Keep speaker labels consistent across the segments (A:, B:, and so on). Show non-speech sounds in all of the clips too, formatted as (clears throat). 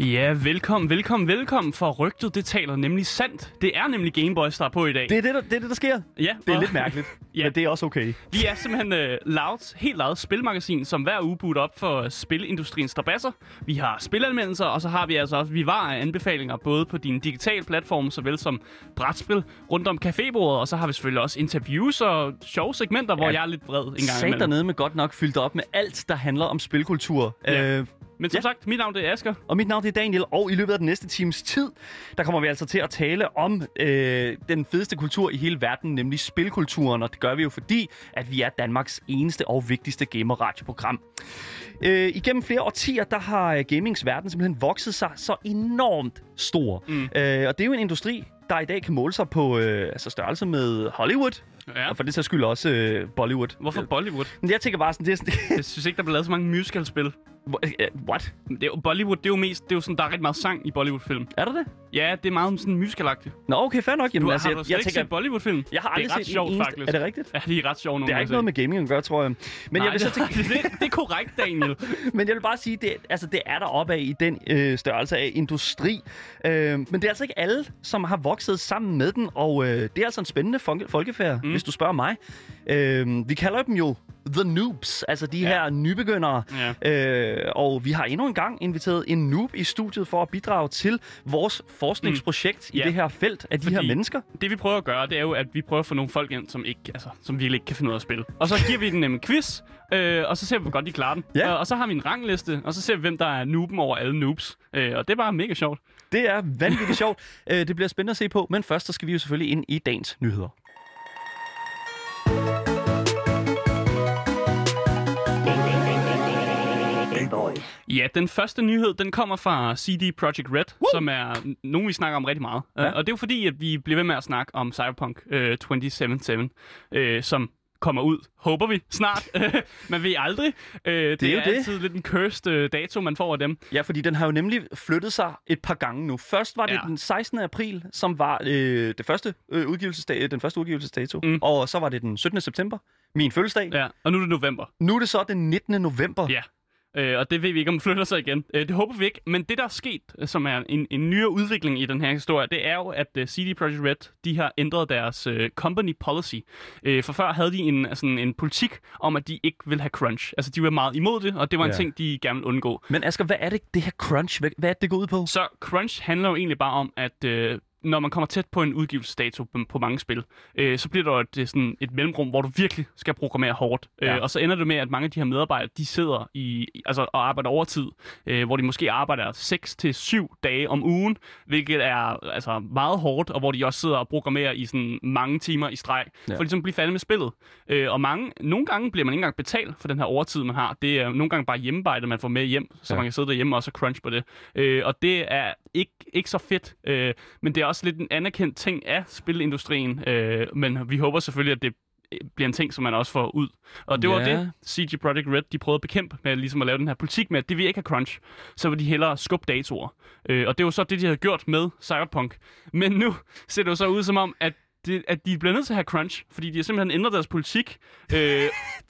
A: Ja, velkommen, velkommen, velkommen, for rygtet, det taler nemlig sandt. Det er nemlig Gameboys, der er på i dag.
B: Det er det, der, det, er det, der sker.
A: ja,
B: Det er
A: og
B: lidt mærkeligt,
A: (laughs) Ja.
B: ja. men det er også okay.
A: Vi er simpelthen uh, Louds, helt eget spilmagasin, som hver uge booter op for spilindustriens strabasser. Vi har spilanmeldelser, og så har vi altså også vivarer af anbefalinger, både på dine digitale platforme, såvel som brætspil rundt om cafébordet. Og så har vi selvfølgelig også interviews og sjove segmenter, hvor
B: Ja.
A: jeg er lidt vred en gang
B: Sat
A: imellem.
B: dernede med godt nok fyldt op med alt, der handler om spilkultur.
A: Ja.
B: Ja. Øh,
A: Men som
B: Ja.
A: sagt, mit navn det er Asger.
B: og mit navn det er Daniel, og i løbet af den næste times tid, der kommer vi altså til at tale om øh, den fedeste kultur i hele verden, nemlig spilkulturen. Og det gør vi jo fordi, at vi er Danmarks eneste og vigtigste gamer-radioprogram. Øh, igennem flere årtier, der har øh, gamings verden simpelthen vokset sig så enormt stor.
A: Mm.
B: Mm. Øh, og det er jo en industri, der i dag kan måle sig på øh, altså størrelse med Hollywood,
A: Ja.
B: og for det sags skyld også øh, Bollywood.
A: Hvorfor Bollywood?
B: Men jeg tænker bare sådan, det er sådan... (laughs)
A: Jeg synes ikke, der bliver lavet så mange musicalspil.
B: What?
A: Det er jo, Bollywood, det er jo mest, det er jo sådan, der er rigtig meget sang i Bollywood-film.
B: Er der det?
A: Ja, det er meget sådan musicalagtigt.
B: Nå, okay, fair nok. Jamen,
A: Du,
B: altså,
A: har du
B: jeg,
A: slet
B: jeg,
A: ikke
B: tænker,
A: set Bollywood-film?
B: jeg har
A: det
B: aldrig
A: er ret
B: set
A: sjovt,
B: en eneste...
A: faktisk.
B: Er det rigtigt?
A: Ja, de er ret sjove nogle
B: Det er
A: gange,
B: ikke noget med gaming at gøre, tror jeg. Men,
A: Nej,
B: jeg, vil så
A: det,
B: tænke,
A: det, det, er korrekt, Daniel.
B: (laughs) men jeg vil bare sige, det, altså, det er der opad i den øh, størrelse af industri. Øh, men det er altså ikke alle, som har vokset sammen med den, og øh, det er altså en spændende folke, folkefærd, mm. hvis du spørger mig. Øh, vi kalder dem jo The Noobs, altså de ja. her nybegyndere.
A: Ja.
B: Øh, og vi har endnu en gang inviteret en noob i studiet for at bidrage til vores forskningsprojekt mm. i
A: Ja.
B: det her felt af de
A: Fordi-
B: her mennesker.
A: Det vi prøver at gøre, det er jo, at vi prøver at få nogle folk ind, som, ikke, altså, som virkelig ikke kan finde ud af at spille. Og så giver vi dem en quiz, øh, og så ser vi, hvor godt de klarer den.
B: Ja.
A: Og, og så har vi en rangliste, og så ser vi, hvem der er nooben over alle noobs. Øh, og det er bare mega sjovt.
B: Det er vanvittigt sjovt. Øh, det bliver spændende at se på, men først så skal vi jo selvfølgelig ind i dagens nyheder.
A: Ja, den første nyhed, den kommer fra CD Projekt Red, Woo! som er n- nogen, vi snakker om rigtig meget. Ja.
B: Ja.
A: Og det er jo fordi, at vi bliver ved med at snakke om Cyberpunk øh, 2077, øh, som kommer ud, håber vi, snart. (laughs) man ved aldrig. Øh, det,
B: er jo
A: er
B: det.
A: altid lidt en cursed øh, dato, man får af dem.
B: Ja, fordi den har jo nemlig flyttet sig et par gange nu. Først var det
A: Ja.
B: ja. den 16. april, som var øh, det første, øh, udgivelsesdag, den første udgivelsesdato.
A: Mm.
B: Mm. Og så var det den 17. september, min fødselsdag. Ja.
A: Ja, og nu er det november.
B: Nu er det så den 19. november.
A: Ja. Øh, og det ved vi ikke, om det flytter sig igen. Øh, det håber vi ikke. Men det, der er sket, øh, som er en, en nyere udvikling i den her historie, det er jo, at øh, CD Projekt Red de har ændret deres øh, company policy. Øh, for før havde de en, altså, en politik om, at de ikke ville have crunch. Altså, de var meget imod det, og det var en
B: Ja.
A: ting, de gerne ville undgå.
B: Men Asger, hvad er det, det her crunch, hvad, hvad er det, det går ud på?
A: Så crunch handler jo egentlig bare om, at øh, når man kommer tæt på en udgivelsesdato på, på mange spil, øh, så bliver der jo et, øh, sådan et mellemrum, hvor du virkelig skal programmere hårdt. Ja.
B: Ja.
A: Øh, og så ender det med, at mange af de her medarbejdere, de sidder i, i- altså, og arbejder overtid, øh, hvor de måske arbejder 6 til syv dage om ugen, hvilket er altså, meget hårdt, og hvor de også sidder og programmerer i sådan mange timer i streg, ja.
B: Ja.
A: for ligesom at blive færdig med spillet. Øh, og mange, nogle gange bliver man ikke engang betalt for den her overtid, man har. Det er nogle gange bare hjemmearbejde, man får med hjem, så ja.
B: Ja.
A: man kan sidde derhjemme og også crunch på det. Øh, og det er ikke, ikke så fedt, øh, men det er også lidt en anerkendt ting af spilindustrien. Øh, men vi håber selvfølgelig, at det øh, bliver en ting, som man også får ud. Og det var
B: Ja.
A: det, CG Projekt Red de prøvede at bekæmpe med ligesom at lave den her politik med, at det vil ikke have crunch, så vil de hellere skubbe datoer. Øh, og det var så det, de havde gjort med Cyberpunk. Men nu ser det jo så ud som om, at det, at de bliver nødt til at have crunch, fordi de har simpelthen ændret deres politik. Øh,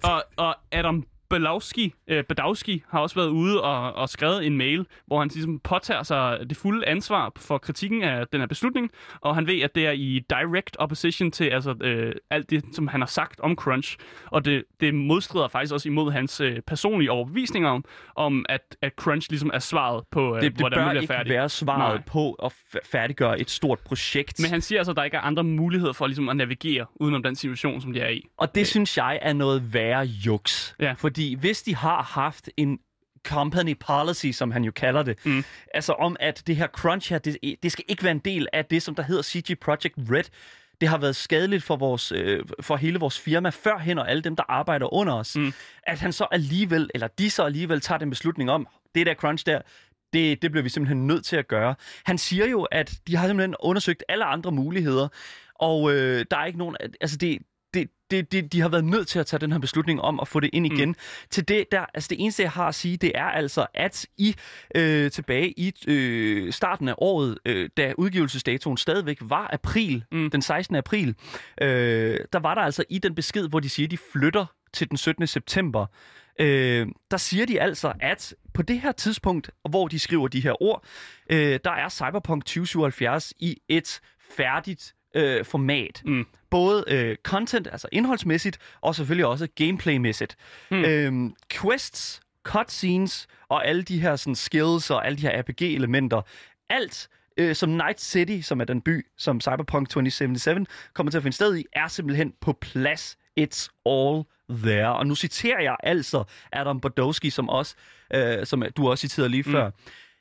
A: og, og Adam Belowski, øh, Badowski har også været ude og, og skrevet en mail, hvor han ligesom påtager sig det fulde ansvar for kritikken af den her beslutning, og han ved, at det er i direct opposition til altså, øh, alt det, som han har sagt om crunch, og det, det modstrider faktisk også imod hans øh, personlige overbevisninger om, om at, at crunch ligesom er svaret på, øh,
B: Det, det
A: hvordan man
B: bør
A: bliver
B: ikke
A: færdig.
B: være svaret
A: Nej.
B: Nej. på at f- færdiggøre et stort projekt.
A: Men han siger altså, at der ikke er andre muligheder for ligesom, at navigere udenom den situation, som de er i.
B: Og det synes jeg er noget værre juks.
A: Ja.
B: Fordi hvis de har haft en company policy, som han jo kalder det,
A: Mm.
B: altså om, at det her crunch her, det, det skal ikke være en del af det, som der hedder CG Project Red. Det har været skadeligt for, vores, øh, for hele vores firma førhen, og alle dem, der arbejder under os.
A: Mm.
B: Mm. At han så alligevel, eller de så alligevel, tager den beslutning om, det der crunch der, det, det bliver vi simpelthen nødt til at gøre. Han siger jo, at de har simpelthen undersøgt alle andre muligheder, og øh, der er ikke nogen... Altså, det, det, det, det, de har været nødt til at tage den her beslutning om at få det ind igen. Mm. Til det, der, altså det eneste, jeg har at sige, det er altså, at I øh, tilbage i øh, starten af året, øh, da udgivelsesdatoen stadigvæk var april,
A: Mm.
B: mm. den 16. april, øh, der var der altså i den besked, hvor de siger, at de flytter til den 17. september, øh, der siger de altså, at på det her tidspunkt, hvor de skriver de her ord, øh, der er Cyberpunk 2077 i et færdigt øh, format.
A: Mm.
B: Både øh, content, altså indholdsmæssigt, og selvfølgelig også gameplaymæssigt.
A: Mm.
B: Mm. Øhm, quests, cutscenes og alle de her sådan, skills og alle de her RPG-elementer, alt øh, som Night City, som er den by, som Cyberpunk 2077 kommer til at finde sted i, er simpelthen på plads. It's all there. Og nu citerer jeg altså Adam Bodowski, som, også, øh, som du også citerede lige før.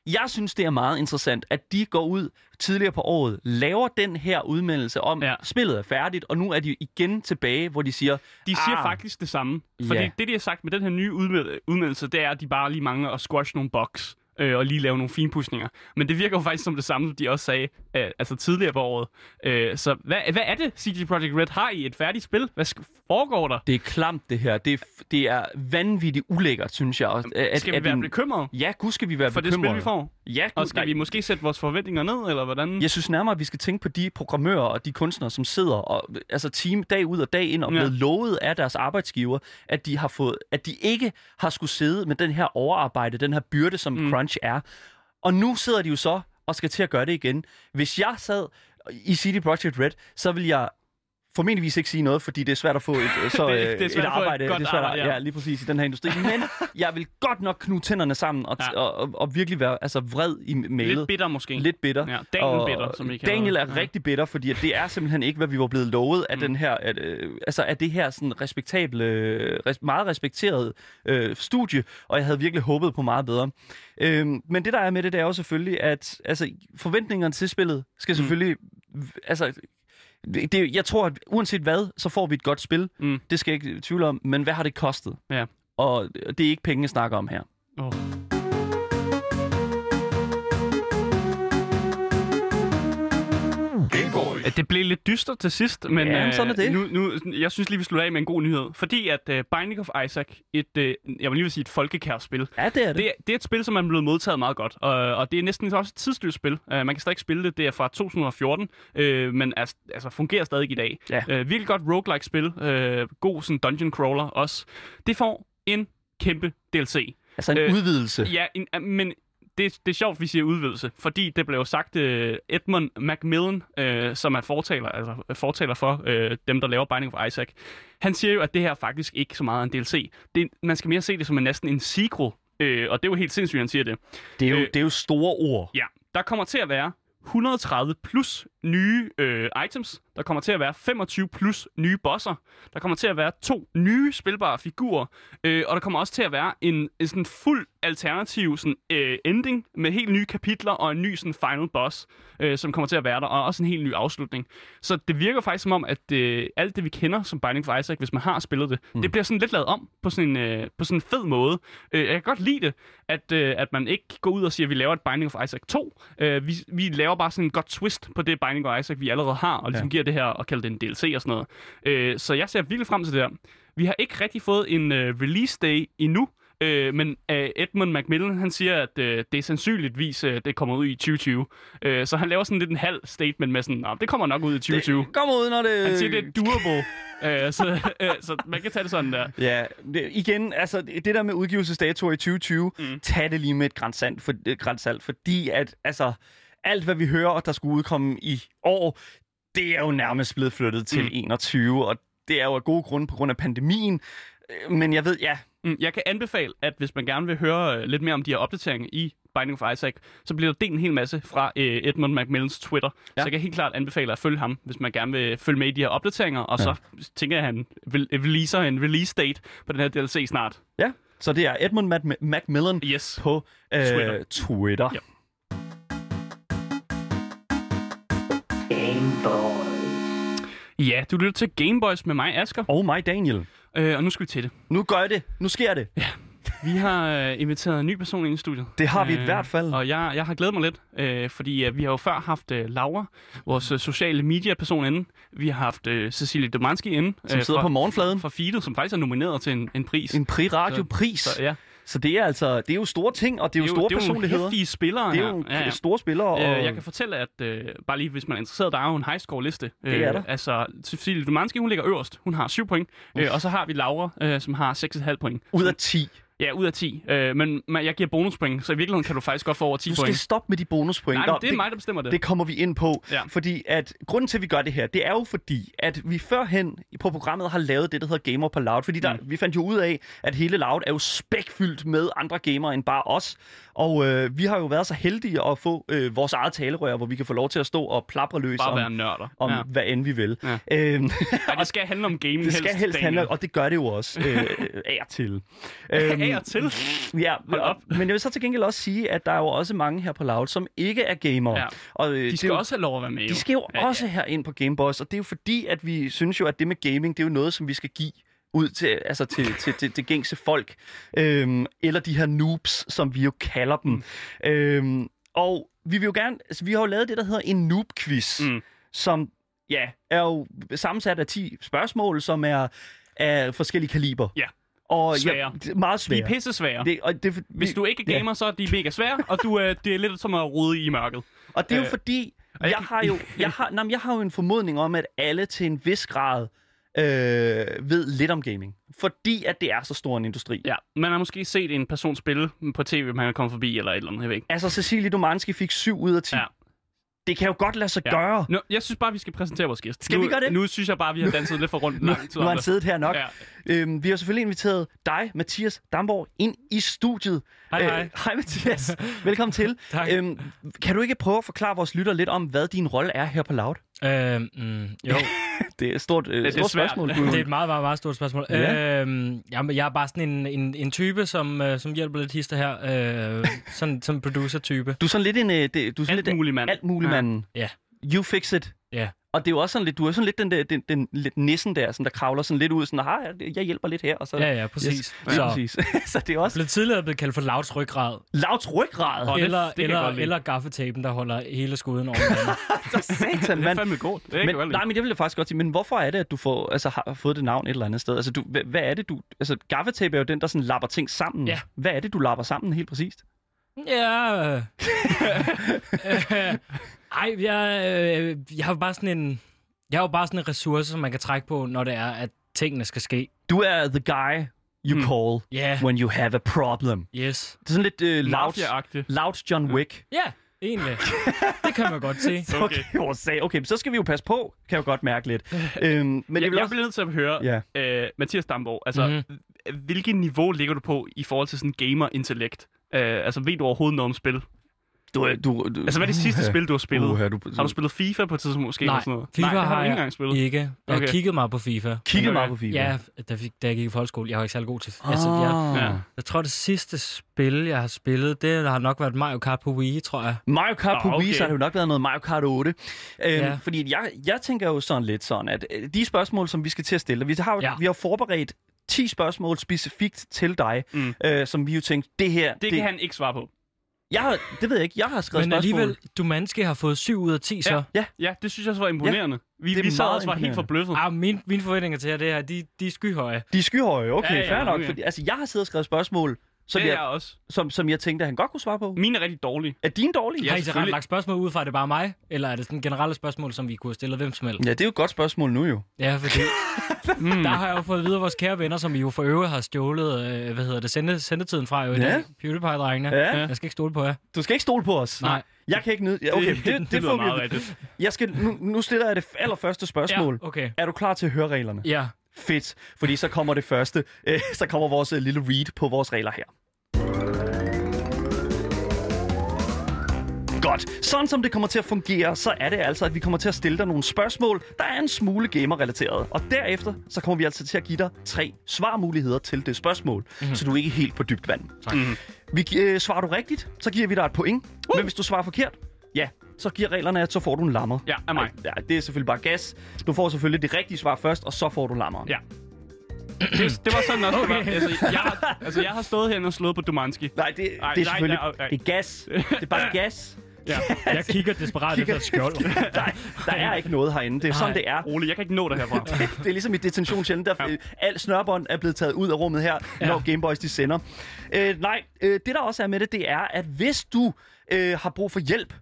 B: Jeg synes, det er meget interessant, at de går ud tidligere på året, laver den her udmeldelse om,
A: Ja.
B: ja. spillet er færdigt, og nu er de igen tilbage, hvor de siger,
A: De siger ah.
B: Ah.
A: faktisk det samme. Fordi
B: Ja.
A: det, de har sagt med den her nye udmeld- udmeldelse, det er, at de bare lige mangler at squash nogle boks øh, og lige lave nogle finpudsninger. Men det virker jo faktisk som det samme, som de også sagde øh, altså tidligere på året. Øh, så hvad, hvad er det, CG Projekt Red har i et færdigt spil? Hvad sk- foregår der?
B: det er klamt det her, det er, f- det er vanvittigt ulækkert, synes jeg. At, at,
A: Skal vi
B: at
A: være
B: en-
A: bekymrede
B: Ja, gud skal vi være
A: for det
B: bekymrede.
A: spil, vi får?
B: Ja, gud,
A: Og skal
B: nej.
A: vi måske sætte vores forventninger ned, eller hvordan?
B: Jeg synes nærmere, at vi skal tænke på de programmører og de kunstnere, som sidder og, altså time dag ud og dag ind og
A: Ja.
B: ja. blevet lovet af deres arbejdsgiver, at de, har fået, at de ikke har skulle sidde med den her overarbejde, den her byrde, som
A: Mm.
B: mm. crunch er. Og nu sidder de jo så og skal til at gøre det igen. Hvis jeg sad i CD Projekt Red, så ville jeg formentligvis ikke sige noget, fordi det er svært
A: (laughs)
B: at få et, øh, så,
A: Det- det er svært at
B: øh,
A: få
B: et
A: et
B: arbejde.
A: godt
B: det er svært
A: arbejde,
B: at,
A: ja.
B: ja, lige præcis i den her industri.
A: (laughs)
B: Men jeg vil godt nok knude tænderne sammen og,
A: Ja.
B: ja. og, og, og virkelig være altså, vred i mailet.
A: Lidt bitter måske.
B: Lidt bitter.
A: Mm. Ja, Daniel bitter, som I kalder
B: Daniel
A: det.
B: er
A: Ja. Mm.
B: rigtig bitter, fordi at det er simpelthen ikke, hvad vi var blevet lovet af den her, at, øh, altså af det her sådan respektable, øh, res, meget respekterede øh, studie, og jeg havde virkelig håbet på meget bedre. Øhm, men det der er med det, det er jo selvfølgelig, at altså, forventningerne til spillet
A: Mm.
B: skal selvfølgelig, altså det, det, jeg tror, at uanset hvad, så får vi et godt spil.
A: Mm.
B: Det skal jeg ikke tvivle om. Men hvad har det kostet?
A: Ja.
B: Og det er ikke penge, jeg snakker om her.
A: Oh. Det blev lidt dystert til sidst, men
B: Ja,
A: øh,
B: sådan er det.
A: Nu, nu, jeg synes lige, vi slutter af med en god nyhed. Fordi at uh, Binding of Isaac, et, uh, jeg vil lige vil sige et folkekært spil,
B: Ja, det er det.
A: det, det er et spil, som er blevet modtaget meget godt, og, og det er næsten også et tidsløst spil. Uh, man kan stadig spille det, det er fra 2014, uh, men er, altså fungerer stadig i dag.
B: Ja.
A: Uh, virkelig godt roguelike spil, uh, god sådan dungeon crawler også. Det får en kæmpe DLC.
B: altså en
A: øh,
B: øh, udvidelse.
A: Ja, en, men det, det er sjovt, vi siger udvidelse, fordi det blev jo sagt, uh, Edmund Macmillan, uh, som er fortaler, altså fortaler for uh, dem, der laver Binding of Isaac, han siger jo, at det her faktisk ikke så meget er en DLC. Det, er en- man skal mere se det som en, næsten en sequel, øh, og det er jo helt sindssygt, han siger det.
B: Det er, jo,
A: øh,
B: øh, det er jo store ord.
A: Ja, der kommer til at være 130 plus nye øh, items. Der kommer til at være 25 plus nye bosser. Der kommer til at være to nye spilbare figurer. Øh, og der kommer også til at være en, en sådan fuld alternativ sådan, øh, ending med helt nye kapitler og en ny sådan, final boss, øh, som kommer til at være der. Og også en helt ny afslutning. Så det virker faktisk som om, at øh, alt det, vi kender som Binding of Isaac, hvis man har spillet det, mm. det bliver sådan lidt lavet om på sådan en, øh, på sådan en fed måde. Øh, jeg kan godt lide det, at, øh, at man ikke går ud og siger, at vi laver et Binding of Isaac 2. Øh, vi, vi laver bare sådan en godt twist på det Binding of Isaac, vi allerede har, og ligesom ja. giver det her og kalder det en DLC og sådan noget. Øh, så jeg ser virkelig frem til det her. Vi har ikke rigtig fået en øh, release day endnu, Øh, men øh, Edmund Macmillan, han siger, at øh, det er sandsynligvis, øh, det kommer ud i 2020. Øh, så han laver sådan lidt en halv statement med sådan, "Nå, det kommer nok ud i 2020.
B: Kom ud, når det...
A: Han siger, det er (laughs) durable. øh, så, øh, så man kan tage det sådan der.
B: Ja, det, igen, altså det det der med udgivelsesdatoer i 2020,
A: Mm.
B: mm. tag det lige med et grænsalt, for, øh, grænsalt fordi at, altså, alt hvad vi hører, der skulle udkomme i år, det er jo nærmest blevet flyttet til
A: Mm.
B: mm. 21, og det er jo af gode grunde på grund af pandemien, Øh, men jeg ved, ja,
A: Mm, Jeg kan anbefale, at hvis man gerne vil høre øh, lidt mere om de her opdateringer i Binding of Isaac, så bliver der delt en hel masse fra øh, Edmund Macmillans Twitter. Ja. Så jeg kan helt klart anbefale at følge ham, hvis man gerne vil følge med i de her opdateringer. Og ja. så tænker jeg, at han vil, releaser en release date på den her DLC snart.
B: ja, så det er Edmund Mac- Macmillan
A: Yes.
B: på øh,
A: Twitter.
B: Twitter. Twitter.
A: Ja.
B: Ja.
A: Ja, du lytter til Gameboys med mig, Asker.
B: Oh my Daniel,
A: Øh, og nu skal vi til det.
B: nu gør jeg det, nu sker det.
A: Vi har øh, inviteret en ny person ind i studiet. Øh,
B: Det har vi i hvert fald.
A: Og jeg, jeg har glædet mig lidt, øh, fordi øh, vi har jo før haft øh, Laura, vores øh, sociale media-person inde. Vi har haft øh, Cecilie Domanski inde. øh,
B: Som sidder
A: fra,
B: på morgenfladen.
A: Fra Fido, som faktisk er nomineret til en, en pris.
B: En pri-radio-pris.
A: Så ja,
B: Så det er altså, det er jo store ting, og det er jo,
A: det er jo,
B: store
A: det er jo nogle
B: personligheder.
A: hæftige spillere.
B: Det er
A: her.
B: jo ja, ja. store spillere, og
A: Øh, jeg kan fortælle, at øh, bare lige hvis man er interesseret, der er jo en highscore-liste.
B: Det er der.
A: altså, Cecilie Dumanski, hun ligger øverst. Hun har 7 point. Øh, og så har vi Laura, øh, som har 6,5 point.
B: ud af 10.
A: Ja, ud af 10. Øh, men man, jeg giver bonuspoint, så i virkeligheden kan du faktisk godt få over 10
B: Du
A: point.
B: skal stoppe med de bonuspoint.
A: Nej,
B: Nå,
A: men det er mig, der bestemmer det.
B: Det kommer vi ind på,
A: Ja.
B: ja. fordi at grunden til, at vi gør det her, det er jo fordi, at vi førhen på programmet har lavet det, der hedder Gamer på Loud, fordi der,
A: Mm.
B: vi fandt jo ud af, at hele Loud er jo spækfyldt med andre gamere end bare os, og øh, vi har jo været så heldige at få øh, vores eget talerør, hvor vi kan få lov til at stå og plapre løs
A: Bare
B: om,
A: være nørder.
B: om
A: ja.
B: hvad end vi vil.
A: Ja.
B: Ja. Øhm,
A: Ej, det skal handle om gaming
B: det skal helst handle,
A: om...
B: og det gør det jo også, øh, af og til.
A: (laughs)
B: Øhm,
A: Af og til.
B: Ja,
A: Hold op.
B: og, men jeg vil så til gengæld også sige, at der er jo også mange her på Loud, som ikke er gamere.
A: Ja.
B: Og, øh,
A: De
B: det er
A: skal
B: jo-
A: også have lov at være med.
B: de skal jo
A: Ja, ja.
B: også her ind på Game Boys, og det er jo fordi, at vi synes jo, at det med gaming, det er jo noget, som vi skal give ud til, altså til, til, til, til gængse folk, øhm, eller de her noobs, som vi jo kalder dem.
A: Mm.
B: Øhm, og vi vil jo gerne, altså, vi har jo lavet det, der hedder en noob-quiz,
A: Mm.
B: mm. som ja, er jo sammensat af 10 spørgsmål, som er af forskellige kaliber.
A: Ja.
B: Og
A: Svære.
B: Ja, det er meget
A: De er
B: svære.
A: pisse svære.
B: det, og det,
A: Hvis du ikke er gamer, så er de mega svære, og du, øh, det er lidt som at rode i mørket.
B: Og det er jo
A: Øh,
B: fordi,
A: og jeg
B: jeg
A: kan-
B: har
A: (laughs)
B: jo, jeg har, nej, men jeg har jo en formodning om, at alle til en vis grad øh, ved lidt om gaming. Fordi at det er så stor en industri.
A: Ja, man har måske set en person spille på tv, man er kommet forbi eller et eller andet, jeg ved ikke.
B: Altså, Cecilie Domanski fik 7 ud af 10.
A: Ja.
B: Ja. Det kan jo godt lade sig ja. gøre.
A: Nå, jeg synes bare, vi skal præsentere vores gæst.
B: Skal
A: nu,
B: vi gøre det?
A: Nu synes jeg bare, vi har danset lidt for rundt lang tid.
B: Nu har
A: om
B: han
A: det.
B: siddet her nok.
A: Ja.
B: Ja. Øhm, vi har selvfølgelig inviteret dig, Mathias Damborg, ind i studiet. Øh,
C: Hej, hej.
B: hej
A: (laughs)
B: Mathias. Velkommen til.
C: Tak.
B: Øhm, kan du ikke prøve at forklare vores lytter lidt om, hvad din rolle er her på Loud?
C: Øhm, mm, jo,
B: Det er et stort, øh,
A: det er svært.
B: stort spørgsmål.
C: (laughs) det er et meget, meget, meget stort spørgsmål.
B: Ja.
C: Ja. Øhm, jamen, jeg er bare sådan en, en, en type, som, øh, som hjælper lidt hister her. Øh, sådan som producer-type.
B: Du er sådan lidt en... Øh, det, du er sådan
A: Alt
B: lidt,
A: muligt, mand.
B: alt muligt, manden.
C: Ja.
B: You fix it.
C: Ja.
B: Og det er jo også sådan lidt, du er sådan lidt den der, den, den lidt nissen der, sådan, der kravler sådan lidt ud, sådan, "Ah, jeg, jeg hjælper lidt her, og så...
C: Ja, ja, præcis.
B: Yes, så.
C: Så.
B: præcis. (laughs) så det er
C: Jeg
B: også
C: blev tidligere blevet kaldt for lavt ryggrad.
B: lavt ryggrad.
A: Og det-
C: eller,
A: det kan jeg
C: eller,
A: godt lide.
C: eller gaffetapen, der holder hele skuden over hinanden.
A: (laughs)
B: Så satan,
A: Det er
B: mand.
A: fandme godt. Det er ikke
B: Men,
A: men,
B: nej, men det vil jeg faktisk godt sige. Men hvorfor er det, at du får, altså, har fået det navn et eller andet sted? Altså, du, hvad, hvad er det, du... Altså, gaffetape er jo den, der sådan lapper ting sammen.
C: Ja.
B: Hvad er det, du lapper sammen helt præcist?
C: ja. (laughs) Øh. øh, ej, jeg, øh, jeg har jo bare sådan en... Jeg har jo bare sådan en ressource, som man kan trække på, når det er, at tingene skal ske.
B: Du er the guy you
A: Mm.
B: call
C: Hmm. Ja,
B: when you have a problem.
C: yeah, yes.
B: Det er sådan lidt øh, loud,
A: Mafia-agtigt.
B: loud John Wick.
C: Ja, egentlig. Det kan man godt se.
A: Okay.
B: (laughs) Okay. Okay, sag. okay, men så skal vi jo passe på, kan jeg jo godt mærke lidt. øhm, men
A: Men
B: jeg
A: jeg,
B: vil
A: jeg
B: også...
A: bliver nødt til at høre,
B: Ja.
A: øh, Mathias Damborg,
C: Mhm.
A: altså, mm. hvilket niveau ligger du på i forhold til sådan gamer-intellekt? Øh, altså, ved du overhovedet noget om spil?
B: Du, er- du, du...
A: Altså, hvad er det sidste spil, du har spillet?
B: Uha, du, du...
A: Har du spillet FIFA på et tidspunkt måske?
C: Nej,
A: eller sådan noget?
C: FIFA
A: Nej, det har
C: har
A: du ikke
C: jeg
A: engang spillet.
C: Ikke. Jeg har
A: Okay.
C: kigget meget på FIFA.
B: kigget
A: Okay.
B: meget på FIFA?
C: Ja, da, vi, da jeg gik i folkeskole, jeg var ikke særlig god til...
B: Ah.
C: Altså, jeg,
A: Ja.
C: jeg tror, det sidste spil, jeg har spillet, det har nok været Mario Kart på Wii, tror jeg.
B: Mario Kart på
A: Ah,
B: Wii,
A: okay.
B: så har det jo nok været noget Mario Kart 8. Øhm,
C: Ja.
B: Fordi jeg, jeg tænker jo sådan lidt sådan, at øh, de spørgsmål, som vi skal til at stille, vi har, ja.
C: Ja.
B: vi har forberedt 10 spørgsmål specifikt til dig,
A: Mm.
B: mm. øh, som vi jo tænkte, det her...
A: Det kan han ikke svare på.
B: jeg har, det ved jeg ikke, jeg har skrevet
C: Men
B: spørgsmål.
C: alligevel, du mandske har fået 7 ud af 10, så...
A: Ja, det synes jeg også var imponerende. Ja, vi,
B: det er
A: vi sad
B: meget
A: også var helt
B: imponerende.
A: forbløffet.
C: Ah, min, mine forventninger til jer, det her, de, de er skyhøje.
B: De er skyhøje, okay,
A: Ja,
B: ja,
A: ja,
B: ja, fair nok.
A: okay.
B: Fordi, altså, jeg har siddet og skrevet spørgsmål, som,
A: Det er
B: jeg,
A: også.
B: som, som jeg tænkte, at han godt kunne svare på.
A: Mine er rigtig dårlige.
B: Er dine dårlige?
A: Ja,
C: har I så
A: selvfølgelig.
C: ret lagt spørgsmål ud fra, at det er bare mig? Eller er det sådan generelle spørgsmål, som vi kunne have stillet hvem som helst?
B: Ja, det er jo et godt spørgsmål nu jo.
C: Ja, fordi
A: (laughs) Hmm.
C: der har jeg jo fået at vide af vores kære venner, som I jo for øvrigt har stjålet, øh, hvad hedder det, sende, sendetiden fra jo i
B: Ja.
C: dag. PewDiePie-drengene.
B: Ja.
C: Jeg skal ikke stole på jer.
B: Du skal ikke stole på os.
C: Nej.
B: Jeg kan ikke nyde... Ja, okay, det, det, det,
A: det lyder
B: får
A: meget
B: vi...
A: rigtigt.
B: Jeg skal, nu, nu stiller jeg det allerførste spørgsmål.
C: Ja, okay.
B: Er du klar til at høre reglerne?
C: Ja.
B: Fedt, fordi så kommer det første. Øh, så kommer vores øh, lille read på vores regler her. Godt. Sådan som det kommer til at fungere, så er det altså, at vi kommer til at stille dig nogle spørgsmål, der er en smule gamer-relateret. Og derefter, så kommer vi altså til at give dig tre svarmuligheder til det spørgsmål, mm-hmm. så du er ikke er helt på dybt vand.
C: Tak.
A: Mhm.
B: Vi, gi- øh, svarer du rigtigt, så giver vi dig et point. Uh! Men hvis du svarer forkert, ja, så giver reglerne, at så får du en lammer.
A: Ja, af mig.
B: Ej, Ja, det er selvfølgelig bare gas. Du får selvfølgelig det rigtige svar først, og så får du lammeren.
A: Ja. Det, det var sådan også, okay. det var.
C: Okay.
A: Altså, jeg, har- altså, jeg har stået herinde og slået på
B: (laughs)
A: Dumanski.
B: Nej, det,
A: Ej,
B: det
A: nej,
B: er selvfølgelig...
A: nej, nej.
B: Det er gas. Det er
A: (laughs)
B: bare gas.
A: Ja.
C: Jeg kigger desperat
B: Kigger-
C: efter et
A: (laughs)
C: skjold.
B: Nej, der er ikke noget herinde. Det er sådan,
C: Nej.
B: det er.
A: Rolig, jeg kan ikke nå dig herfra.
B: (laughs) Det er ligesom i detentionscellen, der ja. al snørbånd er blevet taget ud af rummet her, ja. når Gameboys de sender. Øh, nej, øh, det der også er med det, det er, at hvis du øh, har brug for hjælp,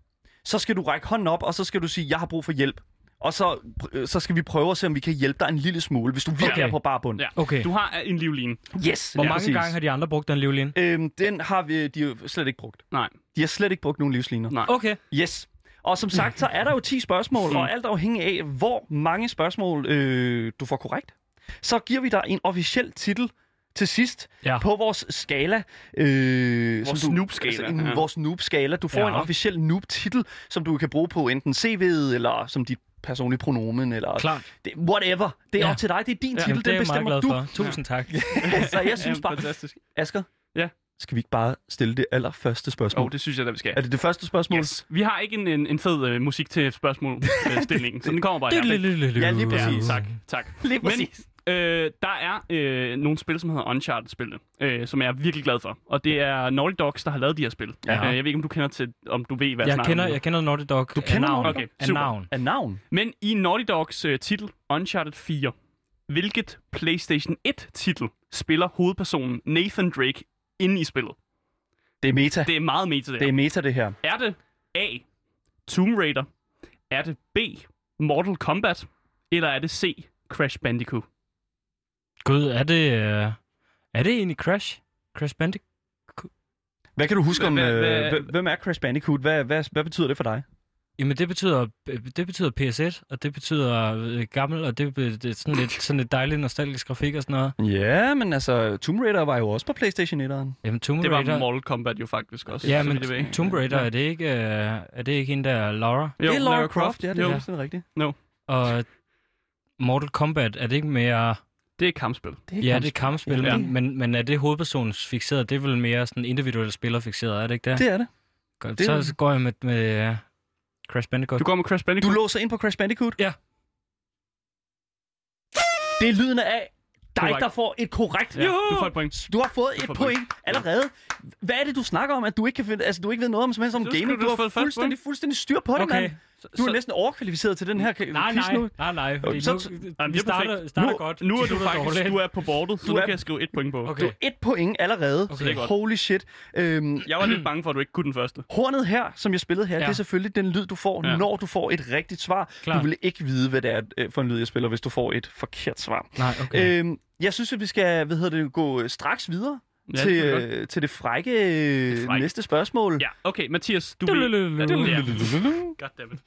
B: så skal du række hånden op, og så skal du sige, jeg har brug for hjælp. og så, øh, så skal vi prøve at se, om vi kan hjælpe dig en lille smule, hvis du virkelig
C: Okay.
B: er på barbund.
A: Ja.
C: Okay.
A: Du har en livline.
B: Yes,
C: Hvor mange gange har de andre brugt den livline?
B: Øhm, den har vi, de jo slet ikke brugt.
A: Nej.
B: De har slet ikke brugt nogen livsliner.
A: Nej.
C: Okay.
B: Yes. Og som sagt, så er der jo 10 spørgsmål,
C: Hmm.
B: og alt afhængig af, hvor mange spørgsmål øh, du får korrekt, så giver vi dig en officiel titel til sidst
C: Ja.
B: på vores skala. Øh,
A: Vores Snoop-skala,
B: en,
A: ja.
B: Vores noob-skala. Du får
C: Ja.
B: ja. en officiel noob-titel, som du kan bruge på enten CV'et, eller som dit personlige pronomen, eller
C: Klart.
B: det, whatever. Det er
C: Ja.
B: op til dig. Det er din titel,
C: Jamen, det er
B: den
C: jeg meget
B: bestemmer
C: glad
B: du.
C: for. Tusind tak.
B: (laughs) så jeg synes bare,
A: Fantastisk.
B: Asger,
A: Ja.
B: skal vi ikke bare stille det allerførste spørgsmål?
A: Åh, oh, det synes jeg, da vi skal.
B: Er det det første spørgsmål?
A: Yes. Vi har ikke en, en, en fed øh, musik til spørgsmålstillingen, øh, så den kommer bare her.
B: Ja,
A: Ja,
B: lige præcis.
A: tak. (laughs) tak.
B: Lige
A: Men øh, der er øh, nogle spil, som hedder Uncharted-spillene, øh, som jeg er virkelig glad for. Og det er Naughty Dogs, der har lavet de her spil.
B: Ja.
A: Øh, jeg ved ikke, om du kender til, om du ved, hvad
C: Jeg
A: snakker
C: kender,
A: om.
C: jeg kender Naughty Dog. Du
B: kender
C: navn.
A: Naughty Dog?
C: Af
A: Super.
C: navn.
B: Af navn?
A: Men i Naughty Dogs øh, titel, Uncharted 4, hvilket PlayStation 1-titel spiller hovedpersonen Nathan Drake inde i spillet?
B: Det er meta.
A: Det er meget meta, det,
B: Det
A: det
B: er meta, det her.
A: Er det A. Tomb Raider? Er det B. Mortal Kombat? Eller er det C. Crash Bandicoot?
C: Gud, er det, øh, er det egentlig Crash? Crash Bandic?
B: Hvad kan du huske om,
A: Hvad-
B: øh,
A: hvad-
B: hv- hvem er Crash Bandicoot? Hvad, hvad, hvad betyder det for dig?
C: Jamen, det betyder, øh, det betyder PS1, og det betyder øh, gammel, og det, det er sådan lidt, sådan lidt dejlig nostalgisk grafik og sådan noget.
B: Ja, men altså, Tomb Raider var jo også på PlayStation 1'eren.
C: Jamen, Tomb
A: Det
C: Raider...
A: var Mortal Kombat jo faktisk også.
C: ja,
A: så
C: men
A: vidt jeg ved.
C: Tomb Raider, er det ikke, øh, er det ikke hende, der er Laura?
A: Jo,
B: det er Lara Croft, ja, det
A: jo.
B: er fuldstændig rigtigt.
C: Og Mortal Kombat, er det ikke mere...
A: Det er kampspil.
B: Det
C: Ja, det er kampspil,
A: Ja.
C: ja. men, men, men er det hovedpersonens fixeret? Det er vel mere sådan individuelt spiller fixeret, er det ikke det?
B: Det er det.
C: Godt,
B: det-
C: så, så går jeg med, med uh, Crash Bandicoot.
A: Du går med Crash
B: Du
A: Bandicoot.
B: låser ind på Crash Bandicoot?
C: Ja.
B: Det er lyden af dig,
A: Korrekt.
B: der får et korrekt.
A: ja, du får et point.
B: Du har fået
A: Du får
B: et
A: et
B: point allerede. Hvad er det, du snakker om, at du ikke, kan finde, altså, du ikke ved noget om, som helst om
A: Så skulle
B: gaming?
A: du
B: Du
A: have
B: har
A: fået første
B: fuldstændig, fuldstændig styr på det,
C: Okay.
B: mand.
A: Så-
B: Du er
A: så-
B: næsten overkvalificeret til den her k-
C: Nej,
B: quiz
C: nej,
B: nu.
C: nej, nej, fordi
B: Så-
C: nu,
B: så-
A: Jamen,
C: vi
A: det er
C: starter,
A: perfekt.
C: starter
A: nu,
C: godt.
A: Nu er du
C: Slutter
A: faktisk
C: dårligt.
A: du er på bordet, så
B: Du
A: nu
B: er-
A: kan jeg skrive et point på.
C: Okay.
B: Du er et point allerede.
C: Okay. Det er
A: godt.
B: Holy shit. Øhm,
A: Jeg var lidt bange for, at du ikke kunne den første.
B: Hornet her, som jeg spillede her, ja.
C: Ja.
B: det er selvfølgelig den lyd, du får,
A: Ja.
B: ja. når du får et rigtigt svar.
C: Klart.
B: Du vil ikke vide, hvad det er øh, for en lyd, jeg spiller, hvis du får et forkert svar.
C: Nej, okay.
A: Øh,
B: Ja. Øhm, jeg synes, at vi skal hvad hedder det, gå øh, straks videre
A: Ja,
B: ja,
A: det
B: til,
C: øh,
A: kan vi
B: det til det frække, det
A: frække.
B: frække. næste spørgsmål.
A: Ja, okay, Mathias, du
C: Dulululu.
A: ved... Ja. Goddammit.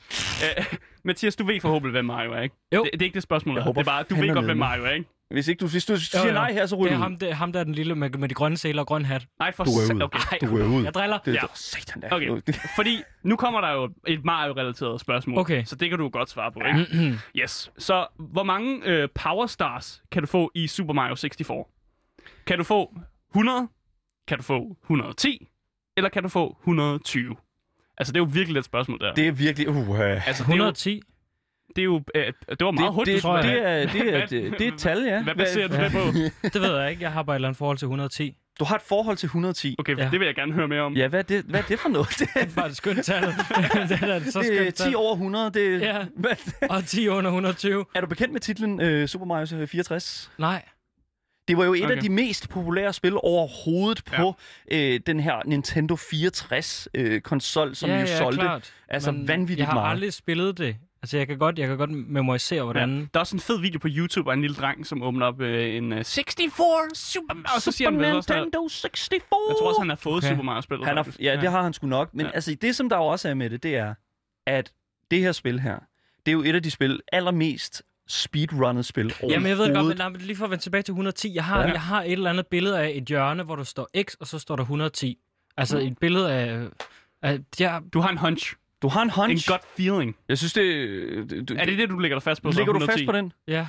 A: Uh, Mathias, du ved forhåbentlig, hvem Mario er, ikke?
C: Jo.
A: Det, det er ikke det spørgsmål, jeg
B: Jeg
A: håber,
B: håber
A: det er bare, du ved
B: fandme
A: godt, hvem
B: nede.
A: Mario er, ikke?
B: Hvis, ikke du, hvis du siger
C: Jo, jo.
B: nej her, så
C: det
B: ryger
C: er
B: du
C: ham,
B: ud.
C: det, ham der er den lille med, med de grønne sæler og grøn hat.
A: Nej, for
B: Du er
A: sa-
B: ude.
A: Okay, ej,
B: Du er ude.
C: Jeg driller.
B: Det
A: Ja.
B: er ja. satan der.
A: Okay. Fordi nu kommer der jo et Mario-relateret spørgsmål,
C: Okay.
A: så det kan du godt svare på, ikke? yes. Så hvor mange øh, Power Stars kan du få i Super Mario 64? Kan du få 100? Kan du få 110? Eller kan du få 120? Altså, det er jo virkelig et spørgsmål der.
B: Det er virkelig... Uh, det,
A: altså, det er jo,
C: 110.
A: det, er jo, øh, det var meget
B: det,
A: hurtigt,
B: det,
A: tror jeg.
B: det, er, det, er, det, det er et tal, ja.
A: Hvad baserer du det på?
C: Det ved jeg ikke. Jeg har bare et eller andet forhold
A: (laughs)
C: til 110.
B: Du har et forhold til 110.
A: Okay,
C: Ja.
A: det vil jeg gerne høre mere om.
B: Ja, hvad er det, hvad er det for
A: (laughs)
B: noget? Det er,
C: Det er bare et skønt tal. (laughs) det er et så
B: det er
C: skønt
B: 10
C: tal.
B: over 100. Det,
C: Ja.
B: Hvad-
C: Og 10 under 120.
B: Er du bekendt med titlen øh, Super Mario 64?
C: Nej.
B: Det var jo et okay.
A: Okay.
B: af de mest populære spil overhovedet ja. på øh, den her Nintendo 64-konsol, som jo solgte altså
C: Men
B: vanvittigt
C: Jeg har
B: meget.
C: aldrig spillet det. Altså, jeg kan godt, jeg kan godt memorisere, hvordan...
A: Ja. Der er også en fed video på YouTube af en lille dreng, som åbner op øh, en uh, 64 Super Mario, og så siger
B: Super
A: han, hvad også der-
B: Nintendo 64!
A: jeg tror også, han har fået okay.
C: Okay.
A: Super Mario-spillet.
B: han har,
A: faktisk.
B: ja, det har han sgu nok. Men
A: Ja.
B: ja. altså, det som der jo også er med det, det er, at det her spil her, det er jo et af de spil, allermest speedrunnet spil overhovedet.
C: Jamen, jeg ved det godt, men nej, men lige for at vende tilbage til 110. Jeg har,
B: Ja.
C: ja. jeg har et eller andet billede af et hjørne, hvor der står X, og så står der 110. Altså,
B: Mm.
C: et billede af... af jeg,
A: Du har en hunch.
B: Du har en
A: En
B: hunch.
A: godt feeling.
B: Jeg synes, det... det, det
A: Er det det, du lægger dig fast på? så
B: ligger du
A: 110?
B: fast på den?
C: ja.